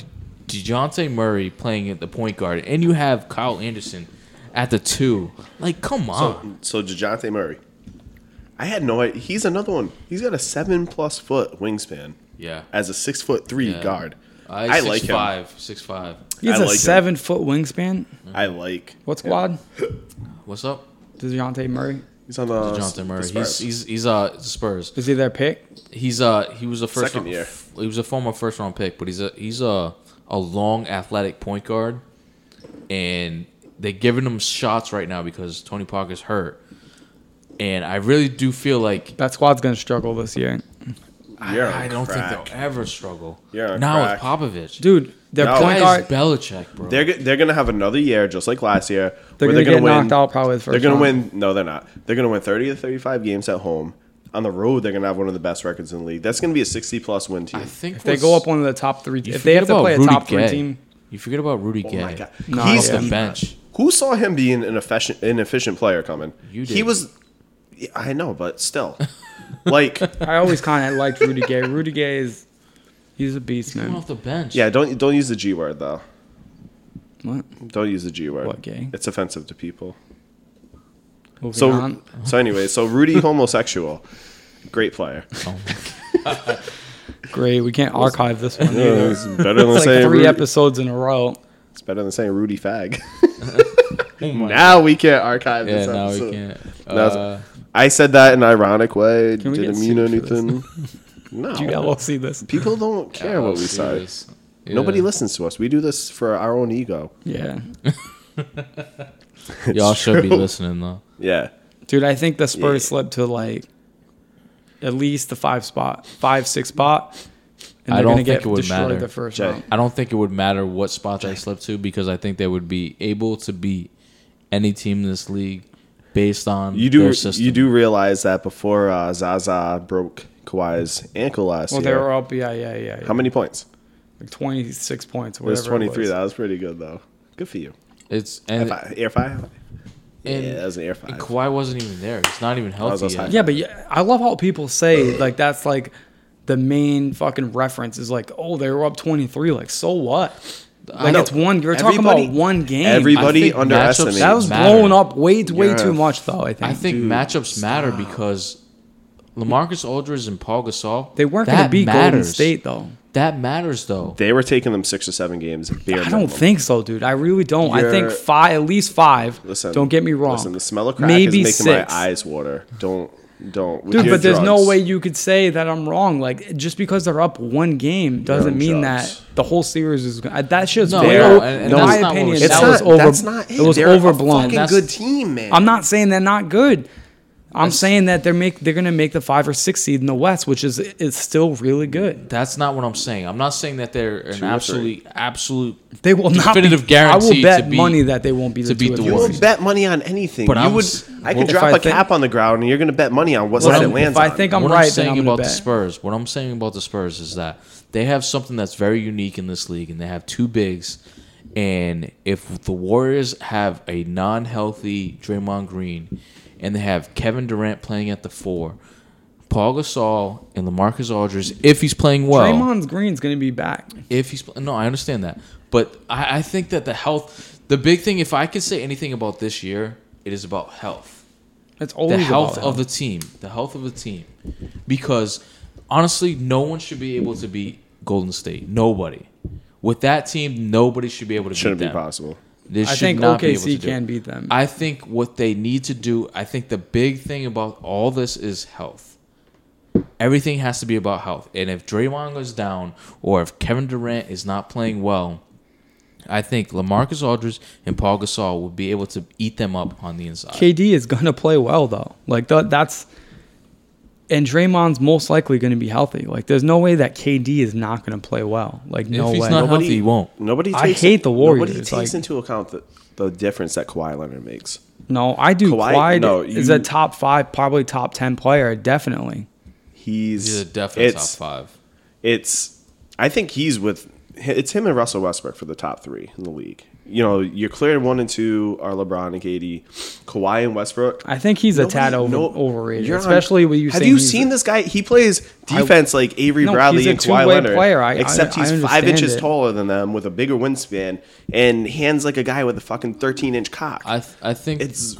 DeJounte Murray playing at the point guard, and you have Kyle Anderson at the two. Like, come on.
So Dejounte Murray, I had no idea. He's another one. He's got a seven plus foot wingspan.
Yeah.
As a six foot three
Yeah.
guard,
I,
I
Uh, six,
like him.
five, six five.
He has
I
a
like him.
seven foot wingspan.
Mm-hmm.
I like.
What squad?
What's up,
Does Dejounte Murray?
He's on the
DeJounte Murray?
Uh, the
he's
Spurs.
he's he's uh the Spurs.
Is he their pick?
He's uh he was a first
Second
round-
year.
He was a former first round pick, but he's a he's a a long athletic point guard, and they're giving him shots right now because Tony Parker's hurt, and I really do feel like
That squad's gonna struggle this year,
You're on
I, I don't
crack.
think they'll ever struggle.
You're on
now
crack.
with Popovich,
dude. Their
No.
point
That
guard.
is Belichick, bro.
They're go- they're gonna have another year just like last year.
They're
where
gonna get
win-
knocked out probably the first
They're gonna
round.
win. No, they're not. They're gonna win thirty to thirty five games at home. On the road, they're gonna have one of the best records in the league. That's gonna be a sixty plus win team.
I think
If they
what's-
go up one of the top three,
you
if they have
forget
to
about
play a
Rudy
top three
Gay.
team, Oh
you forget about Rudy Gay.
Oh my God.
No,
he's
yeah.
the bench.
Who saw him be an inefficient, inefficient player coming?
You
He
did.
was. Yeah, I know, but still, like,
I always kind of liked Rudy Gay. Rudy Gay is he's a beast,
Coming
man.
off the bench.
yeah, don't don't use the G word though.
What?
Don't use the G word.
What, gay?
It's offensive to people.
Moving
So
on.
so anyway, so Rudy homosexual, great player.
Great. We can't archive this one either.
it's better than
It's like
saying
three
Rudy,
episodes in a row.
It's better than saying Rudy fag. now we can't archive
yeah.
this
Now
episode.
we can't.
That's-
Uh,
I said that in an ironic way.
Can we
Didn't
get
mean
sued for this?
anything. no.
Do you LLC this?
People don't care
I'll
what we
see
say.
this. Yeah.
Nobody listens to us. We do this for our own ego.
Yeah,
Y'all should be
true.
listening though.
Yeah.
dude. I think the Spurs
Yeah.
slipped to like at least the five spot, five six spot, and
I
they're
don't
gonna
think
get
it would
destroyed
matter.
the first
Jay.
round.
I don't think it would matter what spot they slipped to because I think they would be able to beat any team in this league based on
You do
their system.
you do realize that before uh, Zaza broke Kawhi's ankle last
Well, they
year,
were all yeah yeah yeah. yeah.
how many points?
Like twenty six points.
It was
whatever
twenty three. That was pretty good though. Good for you.
It's and,
Fi- Air five.
and,
yeah, that was an air five.
and Kawhi wasn't even there. He's not even
was
healthy.
also
Yet.
high.
Yeah, but yeah, I love how people say like that's like the main fucking reference is like, oh, they were up twenty three. Like, so what? Like
know.
it's one. You're talking about
Everybody-
one game.
everybody-
I think
underestimated.
matchups
that was
matter.
blown up way way
You're
too
a-
much though. I think.
I think matchups matter because LaMarcus Aldridge and Paul Gasol.
they weren't going to
that
beat Golden
matters.
State though.
That matters though.
They were taking them six or seven games. at bare
I
minimum.
don't think so, dude. I really don't. I think
You're-
five, at least five.
Listen,
don't get me wrong.
Listen, the smell of crack
Maybe
is making
six.
my eyes water. Don't don't. with
Dude,
your
but there's no
drugs.
way you could say that I'm wrong. Like just because they're up one game doesn't
on
mean
drugs.
that the whole series is. gonna- That shit's
No,
way
no,
over-
and-
and
in
that's
my
not what
opinion,
we're
It's
that
not,
was over.
That's not it.
was
They're A
overblown.
fucking
That's-
good team, man.
I'm not saying they're not good. I'm saying that they're make they're gonna make the five or six seed in the West, which is is still really good.
That's not what I'm saying. I'm not saying that they're an
three.
absolute absolute.
They will not
Definitive
be, I will
guarantee
bet
to be-
money that they won't be the
to beat
two
the
or
You
three
Warriors.
would
seed.
bet money on anything.
But
you
I'm
would.
s-
I
well,
could
if
drop
I
a
think-
cap on the ground, and you're going to bet money on what
Well,
side
I'm-
it lands
if I
on.
think I'm
what
right,
I'm
then
saying
I'm gonna
about the
bet.
Spurs, what I'm saying about the Spurs is that they have something that's very unique in this league, and they have two bigs. And if the Warriors have a non-healthy Draymond Green, and they have Kevin Durant playing at the four, Paul Gasol and LaMarcus Aldridge, if he's playing well,
Draymond Green's gonna be back.
if he's no, I understand that, but I, I think that the health, the big thing. If I could say anything about this year, it is about health
It's
the
always
health
about
of the team. The health of the team. Because honestly, no one should be able to beat Golden State. Nobody. With that team, nobody should be able to
Shouldn't
beat
be
them.
possible.
They
I
should
think
not be
OKC
able to do
can
it.
beat them.
I think what they need to do, I think the big thing about all this is health. Everything has to be about health. And if Draymond goes down or if Kevin Durant is not playing well, I think LaMarcus Aldridge and Paul Gasol will be able to eat them up on the inside.
KD is gonna play well though. Like th- that's and Draymond's most likely gonna be healthy. Like there's no way that KD is not gonna play well. Like no
if he's
way.
not healthy, he won't.
Nobody.
I
Takes
hate the Warriors,
Nobody takes
like-
into account the, the difference that Kawhi Leonard makes.
no, I do.
Kawhi-
Kawhi,
no,
is
you-
a top five, probably top ten player, definitely.
He's,
He's a definite top
it's-
five.
it's I think he's with it's him and Russell Westbrook for the top three in the league. You know, you're clear one and two are LeBron and KD, Kawhi and Westbrook.
I think he's a
Nobody-
tad over,
no-
overrated,
you're on-
especially when you
have
saying
you
he's-
seen this guy? He plays defense like Avery
No, he's
Bradley
a
and Kawhi
two-way
Leonard,
player. I- I-
except
I
he's five
understand
inches
it.
taller than them with a bigger wingspan and hands like a guy with a fucking 13 inch cock.
I th- I think
it's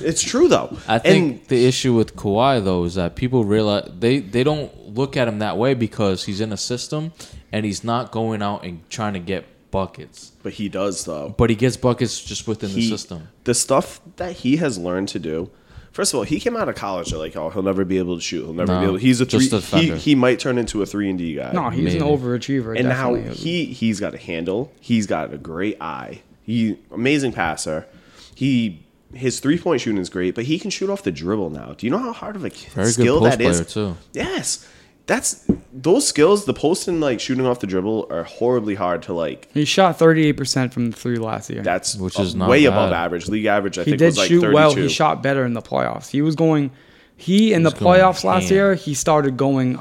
it's true though.
I think the issue with Kawhi though is that people realize they they don't look at him that way because he's in a system and he's not going out and trying to get buckets.
but he does though.
But he gets buckets just within the
he-
system.
The stuff that he has learned to do. First of all, he came out of college like, oh, he'll never be able to shoot. He'll never
No,
be able. He's a three.
just a
he,
defender.
he might turn into a three and D guy.
No, he's an
Maybe.
overachiever.
and now
definitely.
he he's got a handle. He's got a great eye. He amazing passer. He his three point shooting is great, but he can shoot off the dribble now. Do you know how hard of a
Very good
skill
post
that is?
player, too.
Yes, that's those skills. The post and like shooting off the dribble are horribly hard to like
he shot thirty eight percent from the three last year.
that's
Which
uh,
is not
way
bad.
above average. League average, I
he
think,
did
was like
shoot
32.
well. He shot better in the playoffs. He was going. He in the
was going
playoffs last
ham.
year, he started going,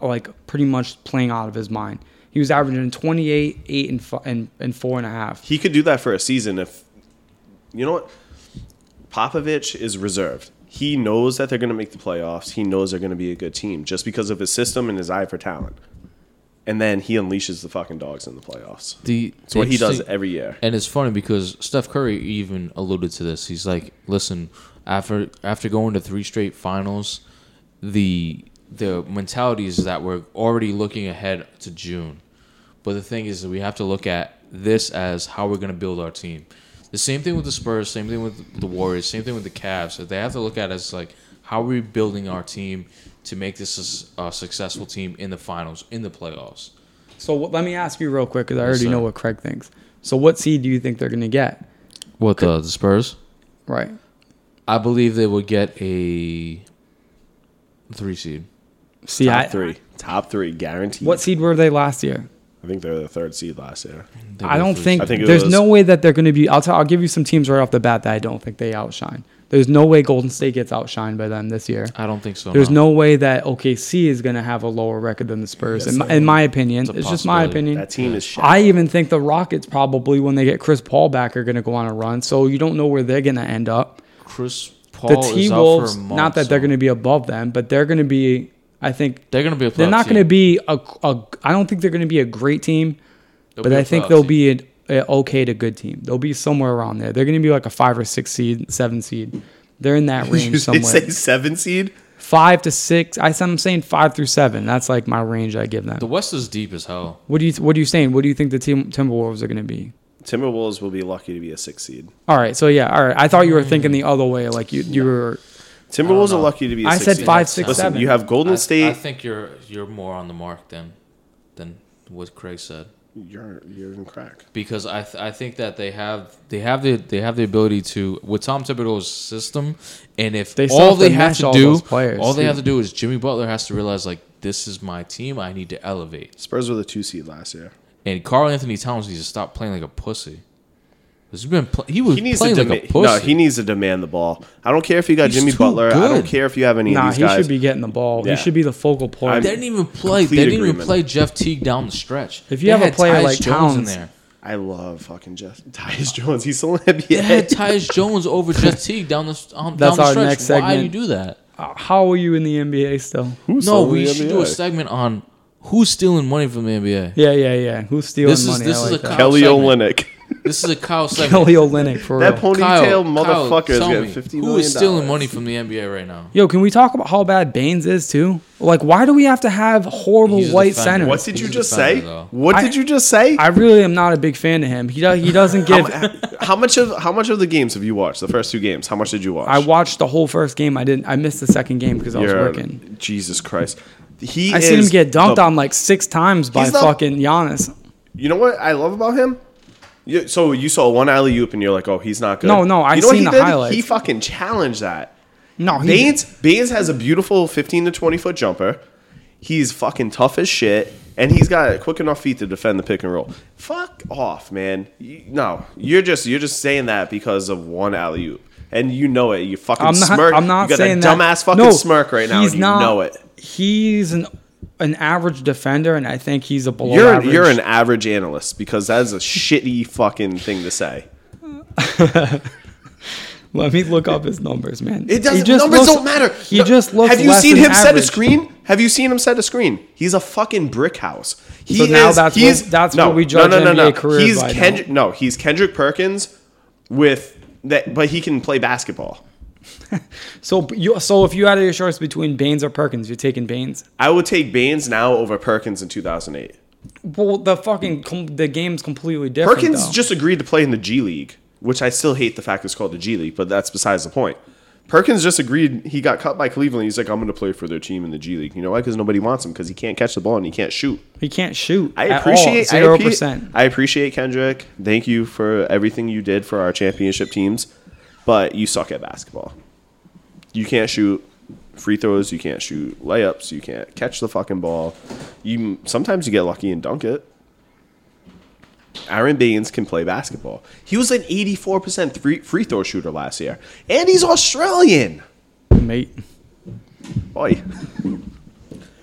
like pretty much playing out of his mind. He was averaging 28, eight and fi- and, and four and a half.
He could do that for a season if you know what Popovich is reserved. He knows that they're going to make the playoffs. He knows they're going to be a good team just because of his system and his eye for talent. And then he unleashes the fucking dogs in the playoffs.
The
It's what he does
interesting-
every year.
And it's funny because Steph Curry even alluded to this. He's like, "Listen, after after going to three straight finals, the the mentality is that we're already looking ahead to June. But the thing is that we have to look at this as how we're going to build our team. The same thing with the Spurs, same thing with the Warriors, same thing with the Cavs. That they have to look at as like how are we building our team to make this a, a successful team in the finals, in the playoffs.
So what, let me ask you real quick because I already
sir.
know what Craig thinks. So what seed do you think they're gonna get?
What the, the Spurs?
Right.
I believe they would get a Three seed.
See,
top
I,
three. Top three, guaranteed.
what seed were they last year?
I think they were the third seed last year.
They
I
were
don't
three
think,
I think it
there's
was-
no way that they're going to be. I'll, tell, I'll give you some teams right off the bat that I don't think they outshine. There's no way Golden State gets outshined by them this year.
seed. I don't think so.
There's no way that OKC is going to have a lower record than the Spurs. in, my, in my opinion,
It's
it's,
a
just my
possibility.
opinion.
That team is shit.
I even think the Rockets probably, when they get Chris Paul back, are going to go on a run. So you don't know where they're going to end up.
Chris
The
Paul
T
is out for
Wolves,
a month.
not that they're going to be above them, but they're going to be. I think
They're going to be a.
they're
playoff
not
team.
going to be a, a. I don't think they're going to be a great team,
They'll
but
be a
I think
playoff
they'll
team.
be an a okay to good team. They'll be somewhere around there. They're going to be like a five or six seed, seven seed. They're in that
You
range somewhere
say seven seed?
five to six. I, am saying five through seven. That's like my range I give them.
The West is deep as hell.
What do you What are you saying? What do you think the team, Timberwolves are going to be?
Timberwolves will be lucky to be a six seed.
All right, so yeah, all right. I thought you were thinking the other way, like you you were.
Timberwolves are lucky to be. a
I
six
said
seed.
five, six,
Listen,
seven.
you have Golden
I,
State.
I think you're you're more on the mark than than what Craig said.
you're you're in crack.
because I th- I think that they have they have the they have the ability to with Tom Thibodeau's system, and if
They
all they
soft-and
have
mesh
to
all
do
those players,
all they
too.
have to do is Jimmy Butler has to realize like this is my team I need to elevate,
Spurs were the two seed last year.
and Carl Anthony Towns needs to stop playing like a pussy. He's been pl- he was
He needs to
playing
demand.
like a pussy.
no, he needs to demand the ball. I don't care if you got
He's
Jimmy
too
Butler. I don't
good.
care if you have any
Nah,
of these
he
guys.
should be getting the ball.
Yeah.
He should be the focal point.
they didn't even play. They
Complete
didn't even
agreement.
play Jeff Teague down the stretch.
If you
They
have a
had
player
Tyus
like
Jones in
Towns-
there,
I love fucking Jeff Tyus Jones. He's still in the
they had
NBA.
Tyus Jones over Jeff Teague down the s- um, down
That's
the
our
stretch.
next
Why do you
segment.
do that?
Uh, How are you in the NBA still?
Who's
no,
still in
we
the
should do
NBA?
a segment on who's stealing money from the NBA.
Yeah, yeah, yeah. Who's stealing
This is-
money?
this
I
is
like
a
that.
cop-
Kelly
segment.
Olynyk.
This is a Kyle segment.
Kelly Olynyk for
That
real.
ponytail motherfucker is
tell
getting
me,
fifty
Who
million
is stealing
dollars.
money from the NBA right now?
Yo, can we talk about how bad Baines is too? Like, why do we have to have horrible
He's a
white
defender.
centers?
What did
He's
you
a
just
defender,
say?
though.
What
I-
did you just say?
I really am not a big fan of him. He do, he doesn't give.
how much of how much of the games have you watched? The first two games. How much did you watch?
I watched the whole first game. I didn't. I missed the second game because I was
You're-
working.
Jesus Christ. He
I seen him
is
get dunked
the-
on like six times by
He's not-
fucking Giannis.
You know what I love about him? You, so you saw one alley oop and you're like, oh, he's not good.
No, no, I
you know what
seen
he
the
did?
highlights.
He fucking challenged that.
No, he
Baines Baines has a beautiful 15 to 20 foot jumper. He's fucking tough as shit, and he's got quick enough feet to defend the pick and roll. Fuck off, man. You- no, you're just you're just saying that because of one alley oop, and you know it. You fucking
I'm not.
smirk.
I'm not
you got
saying
that
that.
dumbass fucking
No,
smirk right now,
he's
and you know it.
He's an an average defender, and I think he's a below
You're
average.
you're an average analyst because that's a shitty fucking thing to say.
Let me look up his numbers, man.
It
He
doesn't.
just
Numbers
looks-
don't matter.
He
No-
just looks.
Have you
less
seen
than
him set a
average.
screen? Have you seen him set a screen? He's a fucking brick house. He
So now
is-
that's
he's-
what- that's what we judge NBA career
He's
by
Kendrick. No, he's Kendrick Perkins with that, but he can play basketball.
So you, so if you had your choice between Baines or Perkins, you're taking Baines.
I would take Baines now over Perkins in 2008.
Well, the fucking com- the game's completely different.
Perkins
though.
just agreed to play in the G League, which I still hate the fact it's called the G League, but that's besides the point. Perkins just agreed he got cut by Cleveland. He's like, I'm going to play for their team in the G League. You know why? Because nobody wants him because he can't catch the ball and he can't shoot.
he can't shoot.
I
at all,
appreciate I
zero
appre-
percent.
I appreciate Kendrick. Thank you for everything you did for our championship teams, but you suck at basketball. You can't shoot free throws. You can't shoot layups. You can't catch the fucking ball. You sometimes you get lucky and dunk it. Aaron Baines can play basketball. He was an 84% free, free throw shooter last year, and he's Australian.
Mate.
Boy,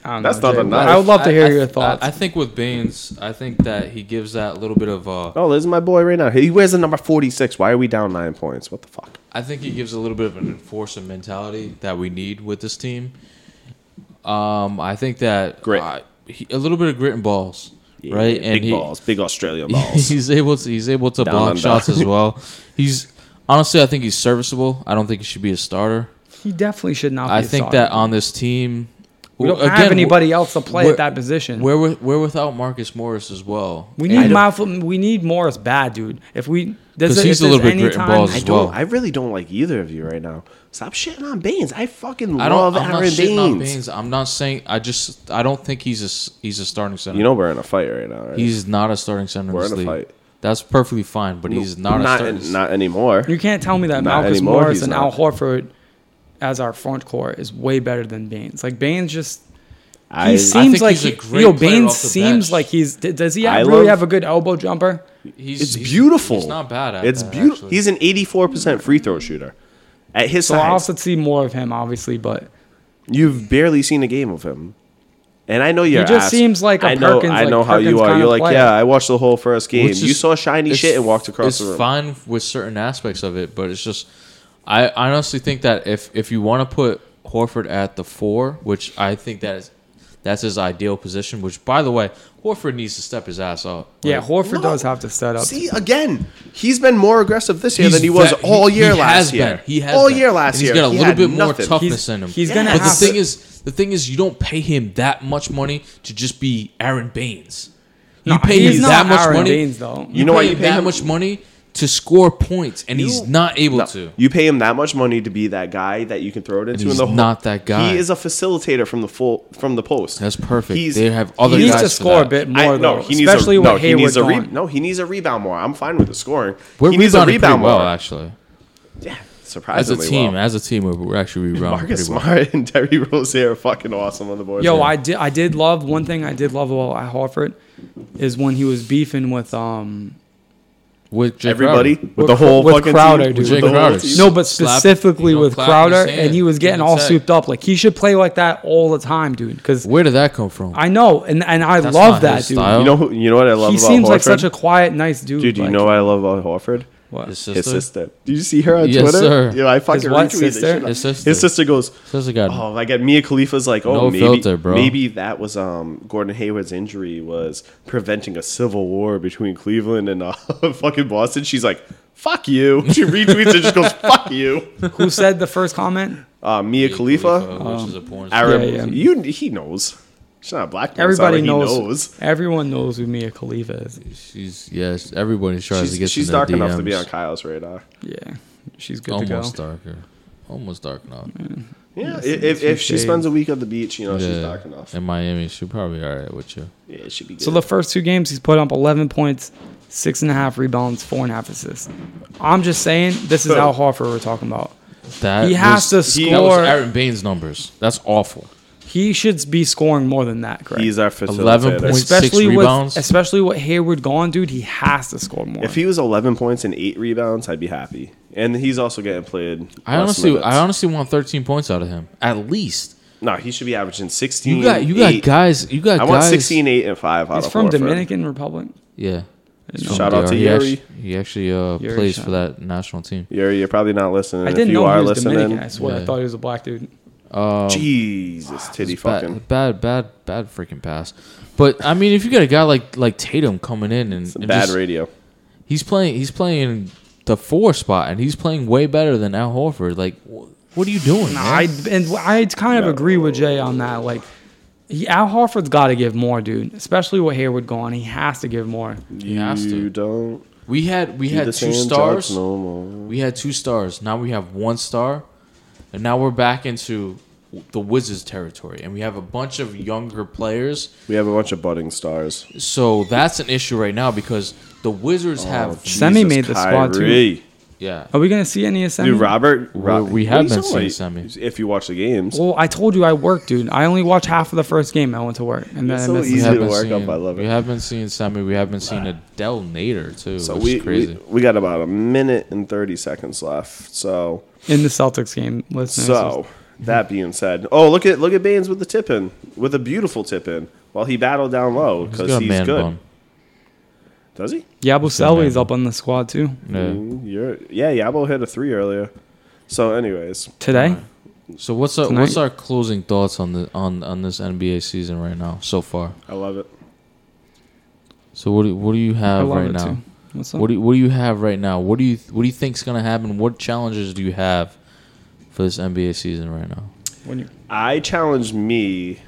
I don't
That's
know,
not
Jay,
a
but
knife.
I would love to hear
I-
your
I-
thoughts.
I, think with Baines, I think that he gives that little bit of. Uh,
oh, there's my boy right now. He wears the number 46. Why are we down nine points? What the fuck?
I think he gives a little bit of an enforcer mentality that we need with this team. Um, I think that
Grit.
uh, he, a little bit of grit and balls, right?
big balls, big Australian balls.
he's able to he's able to
Down
block
under.
shots as well. He's honestly, I think he's serviceable. I don't think he should be a starter.
he definitely should not. Be
I
a
think
starter.
that on this team,
we don't have anybody else to play at that position.
We're with, we're without Marcus Morris as well.
we
And
need Miles, we need Morris bad, dude. If we
Because
does
he's a little bit grit and balls
I
as
don't.
well.
I really don't like either of you right now. Stop shitting on Baines. I fucking
I
love
don't. I'm not
Aaron
shitting on
Baines.
Baines. I'm not saying. I just. I don't think he's a s- he's a starting center.
You know we're in a fight right now. Right?
he's not a starting center
We're in
in this
a
league.
fight.
That's perfectly fine, but he's not,
not
a starting.
not anymore.
You can't tell me that
Not
Malcolm
anymore,
Morris
he's
and
not.
Al Horford as our front court is way better than Baines. Like Baines just he
I,
I
seems
think
like
he's a great
yo
player
Baines
off the
seems
bench.
like he's d- does he
I
have, really
love-
have a good elbow jumper?
He's,
it's
he's-
beautiful.
He's not bad at
It's
that,
beautiful.
actually.
He's an 84% free throw shooter. At his
So
size,
I'll also see more of him obviously, but
you've barely seen a game of him. And I know you're.
just seems like a
I know.
Perkins-
I know
like
how you
Perkins
are.
kinda
You're like,
player.
yeah. I watched the whole first game.
Which
you
is-
saw shiny
it's-
shit and walked across the room.
It's fine with certain aspects of it, but it's just I honestly think that if if you want to put Horford at the four, which I think that is that's his ideal position. Which by the way, Horford needs to step his ass up.
yeah,
Like,
Horford
No.
does have to set up.
See again, he's been more aggressive this year
he's
than he was
ve-
all year
he
last
has
year.
Been. He has
all
been.
year last
And
year.
He's got a
he
little
had
bit more
nothing.
toughness
He's-
in him.
he's gonna
But the
have
thing
to-
is, the thing is, you don't pay him that much money to just be Aaron Baines. You
No,
pay
he's
him that
not
much
Aaron
money.
Baines, though.
You, know why you pay him that much money to score points, and he's
You-
not able
No.
to.
You pay him that much money to be that guy that you can throw it into. in
he's
the hole.
not that guy.
He is a facilitator from the full from the post.
That's perfect.
He's-
They have other
he needs
guys
to
for
score a
that.
bit more
I,
though,
no, he needs
especially
a,
with
no, he
Hayward
needs a re-
gone.
no, he needs a rebound more. I'm fine with the scoring.
We're
he needs a
rebounding
rebound
pretty well,
more.
actually.
Yeah,
As a
surprisingly
team,
well.
as a team, we're, we're actually rebounding
Marcus
pretty well.
Smart and Terry Rozier are fucking awesome on the board.
Yo,
there.
I did. I did love one thing. I did love about Al Horford is when he was beefing with um.
With Jay
everybody
Crowder.
with, the whole
with
fucking
Crowder,
team,
dude.
with
Jay
the whole
Crowder.
team.
No, but
Slap-
specifically
you know,
with
clap
Crowder,
his hand,
and he was getting
give him
all
tech.
souped up. Like he should play like that all the time, dude. Because
Where did that come from?
I know, and and I
That's
love
not
that,
his
dude.
style.
You know, who, you know what I love
He
about
seems
Horford?
like such a quiet, nice dude.
dude. You
like,
know what I love about Horford?
what?
His
His
sister.
sister. Did you see her on
Yes,
Twitter?
sir.
Yeah, I fucking
what
retweeted the
sister?
shit out-
His sister.
His sister goes.
Sister got-
Oh my god, Mia Khalifa's like, oh,
No
maybe,
filter, bro.
maybe that was um Gordon Hayward's injury was preventing a civil war between Cleveland and uh, fucking Boston. She's like, fuck you. She retweets it, just goes, fuck you.
Who said the first comment?
Uh, Mia, Khalifa, Um,
which is a porn star.
Arab.
Yeah, yeah.
You, he knows. She's not a black. Dude,
Everybody
so he
knows,
knows.
Everyone knows who Mia Khalifa is.
She's yes. Everybody tries to get
She's, she's
in their
dark enough to
DMs.
be on Kyle's radar.
Yeah, she's good
Almost
to go.
darker. Almost dark enough.
Yeah, if, if, if she
shades.
spends a week at the beach, you know she's
Yeah.
dark enough.
In Miami, she probably all right with you.
Yeah, it should be good.
So the first two games, he's put up 11 points, six and a half rebounds, four and a half assists. I'm just saying, this is
Boom.
Al Horford we're talking about.
That
He has
was-
to
That
score-
was Aaron Baines' numbers. That's awful.
He should be scoring more than that, correct?
He's our
11
facilitator.
points.
especially
six
with
rebounds.
especially with Hayward gone, dude. He has to score more.
If he was 11 points and eight rebounds, I'd be happy. And he's also getting played.
I
less
honestly,
minutes.
I honestly want 13 points out of him at least.
No, he should be averaging 16.
You got, you got
eight.
guys. You got
I
guys.
want 16, 8, and 5 out
he's
of
from
Horford.
Dominican Republic.
Yeah.
Shout out to
He
Yuri.
actu- He actually uh,
Yuri
plays
Shah.
for that national team.
Yuri, you're probably not listening.
I didn't
if you
know
are
he was Dominican. I
listening,
swear, I
Yeah.
thought he was a black dude.
Jesus, titty fucking.
Oh, Bad, bad, bad, bad freaking pass. But I mean, if you got a guy like like Tatum coming in and, and
Bad
just-
radio.
he's playing, he's playing the four spot, and he's playing way better than Al Horford. Like, wh- what are you doing? man?
I and I kind of agree with Jay on that. Like, he, Al Horford's got to give more, dude. Especially with Hayward gone, he has to give more.
He has to.
You don't.
We had we
do
had
the
two
same
stars.
jobs No more.
We had two stars. Now we have one star, and now we're back into the Wizards territory, and we have a bunch of younger players.
We have a bunch of budding stars.
So that's an issue right now because the Wizards
Oh,
have
Semi made the squad, too.
Kyrie.
yeah.
Are we gonna see any of Semi?
Dude, Robert. Ro-
we
what
have
do you
been
sound
seeing Oh, Semi.
If you watch the games,
Well, I told you I worked, dude. I only watched half of the first game. I went to work, and then
It's
I
so
missed.
easy
it.
have
to
been
work
seeing-
up, I love it.
We have been seeing Semi. We have been seeing Adele Nader too,
so
which
we,
is crazy.
we we got about a minute and thirty seconds left. So
in the Celtics game. Listeners,
So that being said, oh look at look at Baines with the tip in, with a beautiful tip in, while he battled down low
He's
because
got a
he's
man
good.
bun.
Does he?
Yabusele is up on the squad too
Yeah.
Mm, You're, yeah, Yabo hit a three earlier. So, anyways,
today.
So what's our
Tonight-
what's our closing thoughts on the on on this NBA season right now so far?
I love it.
So what do, what do you
I
have
love
right
it
now?
too. What's up?
What do you, what do you have right now? What do you what do you think's gonna happen? What challenges do you have for this NBA season right now?
when you,
I challenge me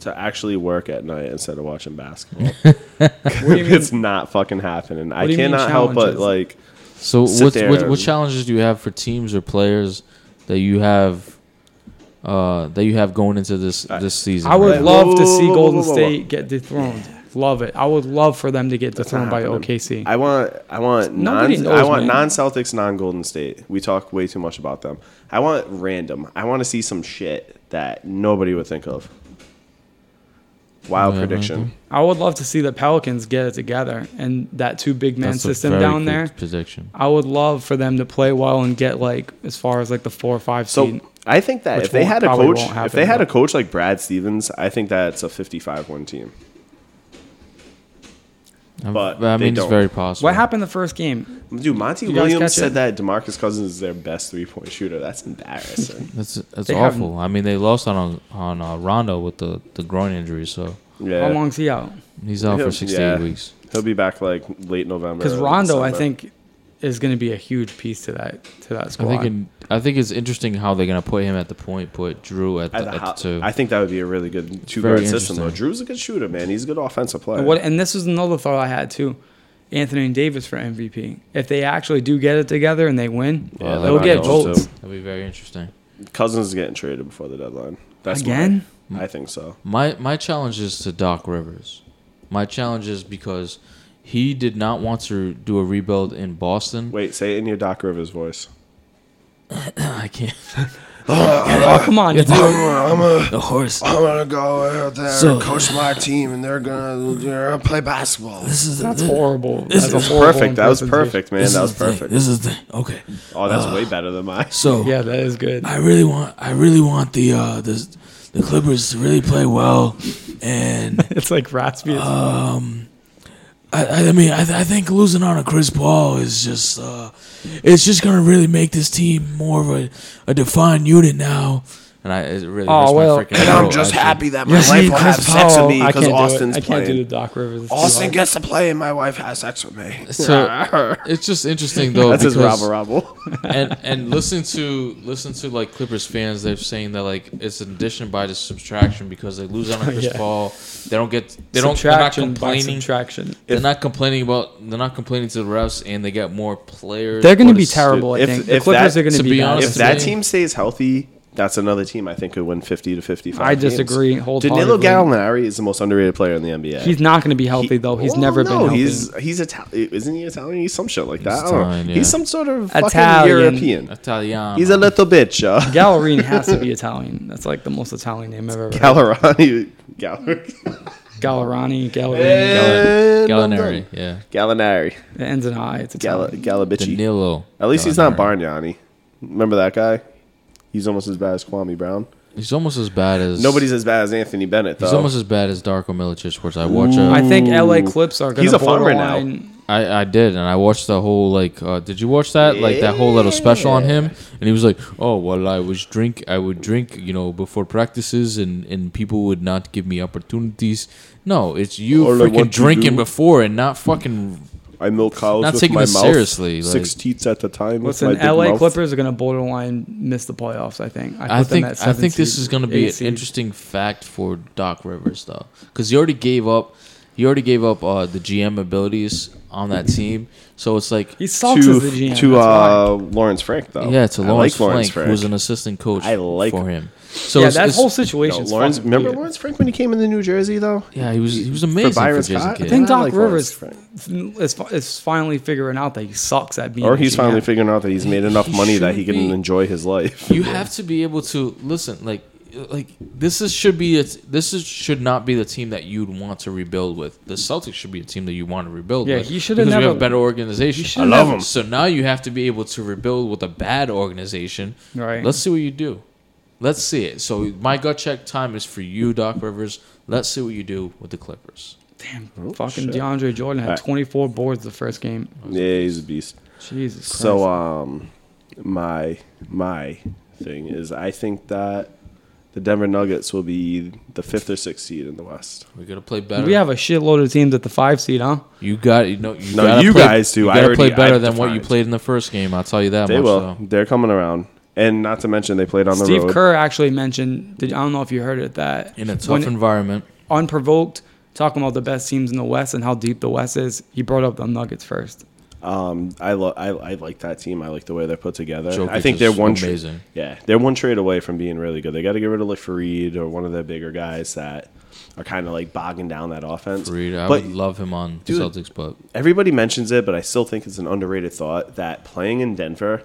to actually work at night instead of watching basketball.
what do you mean?
it's not fucking happening. I
do you mean
cannot help but
challenges?
like.
So
Sit
what,
there
what
and-
what challenges do you have for teams or players that you have uh, that you have going into this this season?
I would
right now?
Whoa,
love to
whoa,
see
whoa,
Golden
whoa, whoa, whoa.
State get dethroned. love it. I would love for them to get dethroned
not
by
happening.
OKC.
I want I want
Nobody
non
knows,
I want
man.
non Celtics, non Golden State. We talk way too much about them. I want random. I want to see some shit that nobody would think of. Wild
Yeah,
prediction.
I would love to see the Pelicans get it together and that two big man
That's a
system
very
down
good
there.
Prediction.
I would love for them to play well and get like as far as like the four or five
So
seed.
I think that
Which
if they
won't-
had a
probably
coach,
won't
if
happen,
they had a
but-
coach like Brad Stevens, I think that's a 55-1 team.
I'm-
but they
I mean, it's
don't.
very possible.
What happened the first game?
Dude, Monty
You guys
Williams
catch
said
it?
that Demarcus Cousins is their best three-point shooter. That's embarrassing.
That's that's
They
awful. I mean, they lost on on uh, Rondo with the the groin injury, so
yeah.
How long's he out?
he's out
He'll-
for six
yeah.
to eight weeks.
He'll be back like late November.
Because
early
Rondo, I
December.
think, is going to be a huge piece to that to that
I
squad.
think in, I think it's interesting how they're gonna put him at the point, put Drew at the,
At
at
the
the,
ho-
two.
I think that would be a really good two
very
guard system though.
interesting.
Drew's a good shooter, man. He's a good offensive player.
And what? And this is another thought I had too. Anthony and Davis for MVP. If they actually do get it together and they win,
Yeah,
they
they'll
might
get
also-
votes.
That'd be very interesting.
Cousins is getting traded before the deadline. That's
Again?
my- I think so.
My my challenge is to Doc Rivers. My challenge is because he did not want to do a rebuild in Boston.
Wait, say it in your Doc Rivers voice.
I can't.
Oh come on, dude.
I'm a,
The horse.
I'm gonna go out there
So-
and coach my team, and they're gonna, they're gonna play basketball.
This is
That's horrible. That's a
That's
horrible
perfect. That was
impersonation.
perfect, man. That was perfect.
This is the okay.
Oh,
Ah.
that's way better than mine.
So
Yeah, that is good.
I really want I really want the uh the the Clippers to really play well, and
It's like raspy.
Uh,
as
I, I mean I, I think losing on a Chris Paul is just uh it's just gonna really make this team more of a, a defined unit now. And I it really
Oh,
hurts
well,
my freaking
And I'm
throat,
just
actually.
happy that my wife will have sex with me
I
because
can't
Austin's
do it. I can't
playing.
do the Doc Rivers. It's too
Austin
hard.
gets to play, and my wife has sex with me.
So it's just interesting though.
That's his
because-
rabble rabble.
and and listen to listen to like Clippers fans. They're saying that like it's an addition by the subtraction because they lose on a Chris
Yeah.
Paul. They don't get they don't they're not
Subtraction by
complaining.
Subtraction.
They're not complaining about they're not complaining to the refs, and they got more players.
They're going to
But
be
it's-
terrible. I
if-
think the
if
Clippers
that-
are going
to
to be.
be
bad.
honest,
if that
Today-
team stays healthy, that's another team I think could win 50 to 55.
I
games.
disagree
Danilo
wholeheartedly.
Gallinari is the most underrated player in the NBA.
he's not going to be healthy
He-
though. He's
well,
never been
no,
healthy.
He's he's Italian. Isn't he Italian? He's some shit like that. I don't know.
Italian, yeah.
He's some sort of fucking
Italian.
European.
Italiano.
He's a little bitch. Uh,
Gallerine has to be Italian. That's like the most Italian name I've ever. heard.
Gallerani. Galler-
Gallerani, Gallerine.
Eh.
Galli-
And I'm
Gallinari.
done.
Yeah,
Gallinari.
It ends in I. It's
Gala,
Italian.
Galabici.
Danilo.
At least he's not
Gallinari.
Bargnani. Remember that guy? He's almost as bad as Kwame Brown.
He's almost as bad as
Nobody's as bad as Anthony Bennett, though.
He's almost as bad as Darko Milicic, which I watch. uh,
I think LA Clips are going to.
He's a farmer now.
I, I did, and I watched the whole like. Uh, did you watch that? Like that whole little special on him, and he was like, "Oh well, I was drink. I would drink, you know, before practices, and and people would not give me opportunities. No, it's you
All I want
freaking
to
drinking
do-
before and not fucking.
I milk cows
Not
with
taking
my
it
mouth.
seriously, like-
six teats at the time.
Listen,
with my big
LA
mouth.
Clippers are going to borderline miss the playoffs. I think.
I
put them
think
at
I
seven
think this
seed,
is going to be
eight
an
seed.
interesting fact for Doc Rivers though, because he already gave up. He already gave up uh, the GM abilities on that team, so it's like
He sucks
to,
as the GM.
to
that's why.
uh, Lawrence Frank, though.
Yeah, it's a
I
Lawrence,
like Lawrence
Frank,
Frank.
who's an assistant coach.
I like
for him. So
yeah,
it's-
that
it's-
whole
No,
situation.
Lawrence, remember Lawrence Frank when he came into New Jersey, though?
Yeah, he was he was amazing for,
Byron
Jason
Scott?
Kidd.
I think
Yeah, I
Doc
like Lawrence
Rivers is, fi- is finally figuring out that he sucks at being.
Or
a
he's
GM.
finally figuring out that he's made enough
He
money that
should
he can
be.
enjoy his life.
you have to be able to listen. Like like this is should be a, this is should not be the team that you'd want to rebuild with. The Celtics should be a team that you want to rebuild.
Yeah,
with
he should have
because we have
never-
a better organization.
should I love
never- him.
So now you have to be able to rebuild with a bad organization.
Right.
Let's see what you do. Let's see it. So my gut check time is for you, Doc Rivers. Let's see what you do with the Clippers.
Damn,
Oh,
fucking
shit.
DeAndre Jordan had
Alright.
24 boards the first game.
Yeah, he's a beast.
Jesus Christ.
So, um, my my thing is, I think that the Denver Nuggets will be the fifth or sixth seed in the West.
We're gonna play better.
we have a shitload of teams at the five seed, huh?
You got you know you
No,
gotta
you
play-
guys do.
You
I
gotta
already-
play better
I've
than what you
defined.
played in the first game. I'll tell you that
They
much.
will.
though.
They're coming around, and not to mention they played on the
Steve
road.
Kerr actually mentioned, did, I don't know if you heard it, that
in a tough
when
environment.
unprovoked, talking about the best teams in the West and how deep the West is, he brought up the Nuggets first.
Um, I, lo- I I like that team. I like the way they're put together. I
Jokic
think they're
is
one tra-
amazing.
yeah, they're one trade away from being really good. They got to get rid of like Farid or one of their bigger guys that are kind of like bogging down that offense.
Reed, I
but
would love him on
Dude.
the Celtics, but
everybody mentions it, but I still think it's an underrated thought that playing in Denver,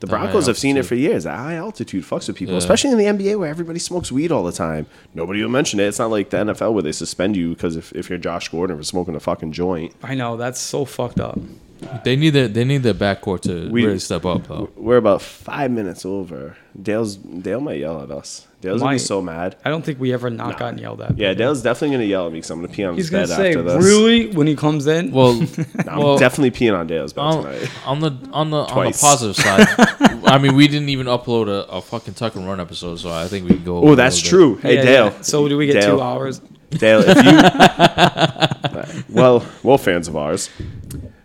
the
high
Broncos have seen it
altitude.
for years. That high altitude fucks with people,
Yeah.
especially in the NBA where everybody smokes weed all the time. Nobody will mention it. It's not like the NFL where they suspend you because if, if you're Josh Gordon for smoking a fucking joint.
I know that's so fucked up.
they need their they need their backcourt to
We-
really step up
Oh.
though.
We're about five minutes over. Dale's Dale might yell at us. Dale's gonna be
Might.
so mad.
I don't think we ever not gotten yelled at.
Yeah, Dale's definitely gonna yell at me because I'm gonna pee on his
He's gonna
bed
say
after this.
really when he comes in.
Well,
No, I'm
well,
definitely peeing on Dale's bed
on,
tonight.
on the on the on the
Twice.
positive side, I mean, we didn't even upload a, a fucking tuck and run episode, so I think we can go.
Oh, that's true. Hey,
Yeah,
Dale.
yeah. So do we get
Dale.
two hours?
Dale, if you well, well, fans of ours,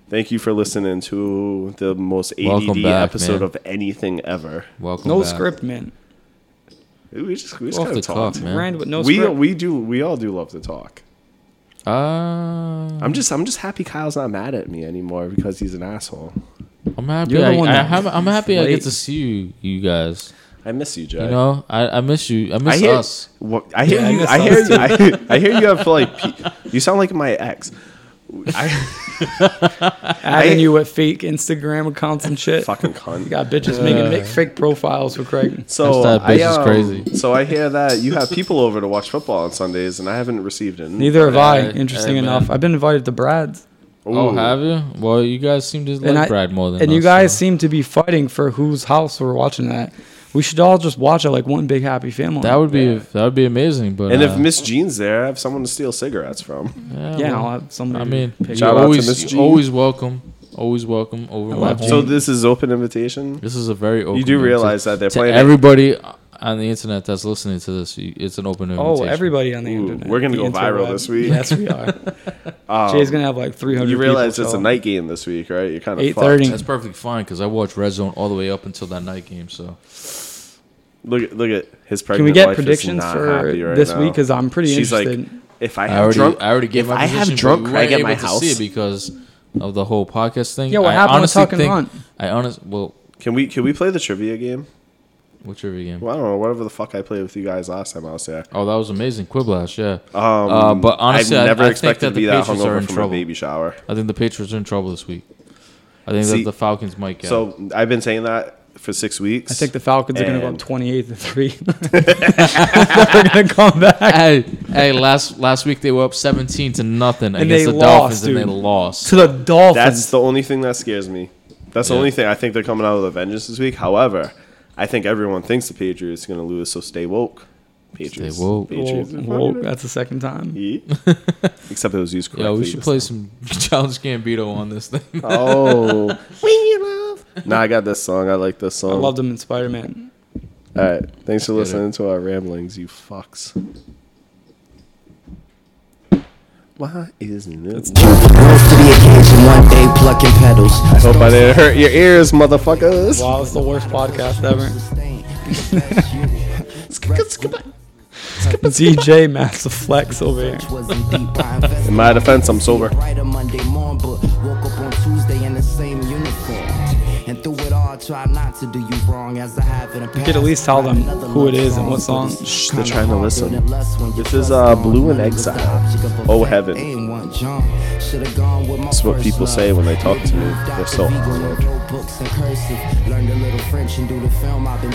thank you for listening to the most ADD
Welcome back,
episode
man.
of anything ever.
Welcome
No
back.
script, man.
We just we just
Off
kind
the
of talked.
cuff, man.
Rand with no
we
script.
we do we all do love to talk.
Uh,
I'm just I'm just happy Kyle's not mad at me anymore because he's an asshole.
I'm happy.
You're the
I,
one
I,
that-
I'm, I'm happy. I
late.
get to see you, you guys.
I miss you, Jay.
You know, I, I miss you. I miss
I hear,
us.
Wha- I hear you. I hear you. I hear, I hear you have like. pe- You sound like my ex. I
Adding you with fake Instagram accounts and shit.
fucking
You
cunt.
got bitches making make fake profiles for Craig.
So
Hashtag
I,
bitch is
um,
crazy.
So I hear that you have people over to watch football on Sundays, and I haven't received it.
Neither have I.
Hey,
Interesting
hey, man.
enough, I've been invited to Brad's,
Oh, have you? Well, you guys seem to like
I-
Brad more than
and you
us,
guys
so.
seem to be fighting for whose house we're watching that. We should all just watch it like one big happy family.
That would be that would be amazing. But
And
uh,
if Miss Jean's there, I have someone to steal cigarettes from.
yeah,
yeah.
well,
I'll have somebody.
I mean,
pick
you're
Shout out to
up.
always
Miss G.
you're always welcome, always welcome over my
love
home.
So this is open invitation.
This is a very open.
You do
invita-
realize that they're
to
playing.
everybody on the internet that's listening to this. you- It's an open
Oh,
invitation.
everybody on the
Ooh,
internet.
we're gonna
The
go viral
interweb.
this week. Um,
Yes, we are. Jay's gonna have like 300.
you realize
people,
it's
so-
a night game this week, right? You're kind of
8:30.
fucked.
That's perfectly fine because I watched Red Zone all the way up until that night game. So
Look at look at his
Can
pregnant
we get
wife is
predictions
not
for
happy right
this
now.
week? Because I'm pretty
She's
interested.
like, if I
I
have
already,
drunk,
I already gave
if
my
I have
position,
drunk
but we
Craig
weren't
at my
able to see
house,
it because of the whole podcast thing.
Yeah, what
I
happened with
honestly
Tuck and
think-
Run?
I honest well,
can we can we play the trivia game?
which every game.
Well, I don't know, whatever the fuck I played with you guys last time I was there.
Oh, that was amazing, Quiplash. Yeah. uh, but honestly,
Um, I've never
I, I think
expected
that
to be
the
that
Patriots are
hungover
in
from
trouble.
a baby shower.
I think the Patriots are in trouble this week. I think
See,
that the Falcons might get. it.
So I've been saying that for six weeks.
I think the Falcons are going to go up
And-
28 to 3. They're going to come back
hey, hey, last last week they were up seventeen to nothing
And
against
they
the Dolphins,
lost,
and they
dude.
lost.
to the Dolphins.
That's the only thing that scares me. That's the
Yeah.
only thing I think they're coming out with a vengeance this week. However, I think everyone thinks the Patriots are going to lose, so stay woke. Patriots.
woke.
Patriots.
Whoa, whoa, that's the second time.
Yeah. Except it was used correctly.
Yeah, we should
this
play
time.
some Challenge Gambito on this thing.
Oh, we love. Nah, I got this song. I like this song.
I loved him in Spider Man.
All right, thanks for
Let's get
listening to our ramblings, you fucks. Why isn't it?
Rose to the occasion, one day plucking petals.
I hope I didn't hurt your ears, motherfuckers.
Wow, it's the worst podcast ever. DJ Massive Flex over here.
In my defense, I'm sober.
Right a Monday morning, but woke up on Tuesday in the same uniform. And through it all, try not to do you wrong as I have in the past. You
could at least tell them who it is and what song. Shh,
they're trying to listen. This is, uh, Blue in Exile. Oh, heaven.
That's
what people say when they talk to me. They're so awkward.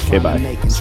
Okay,
bye.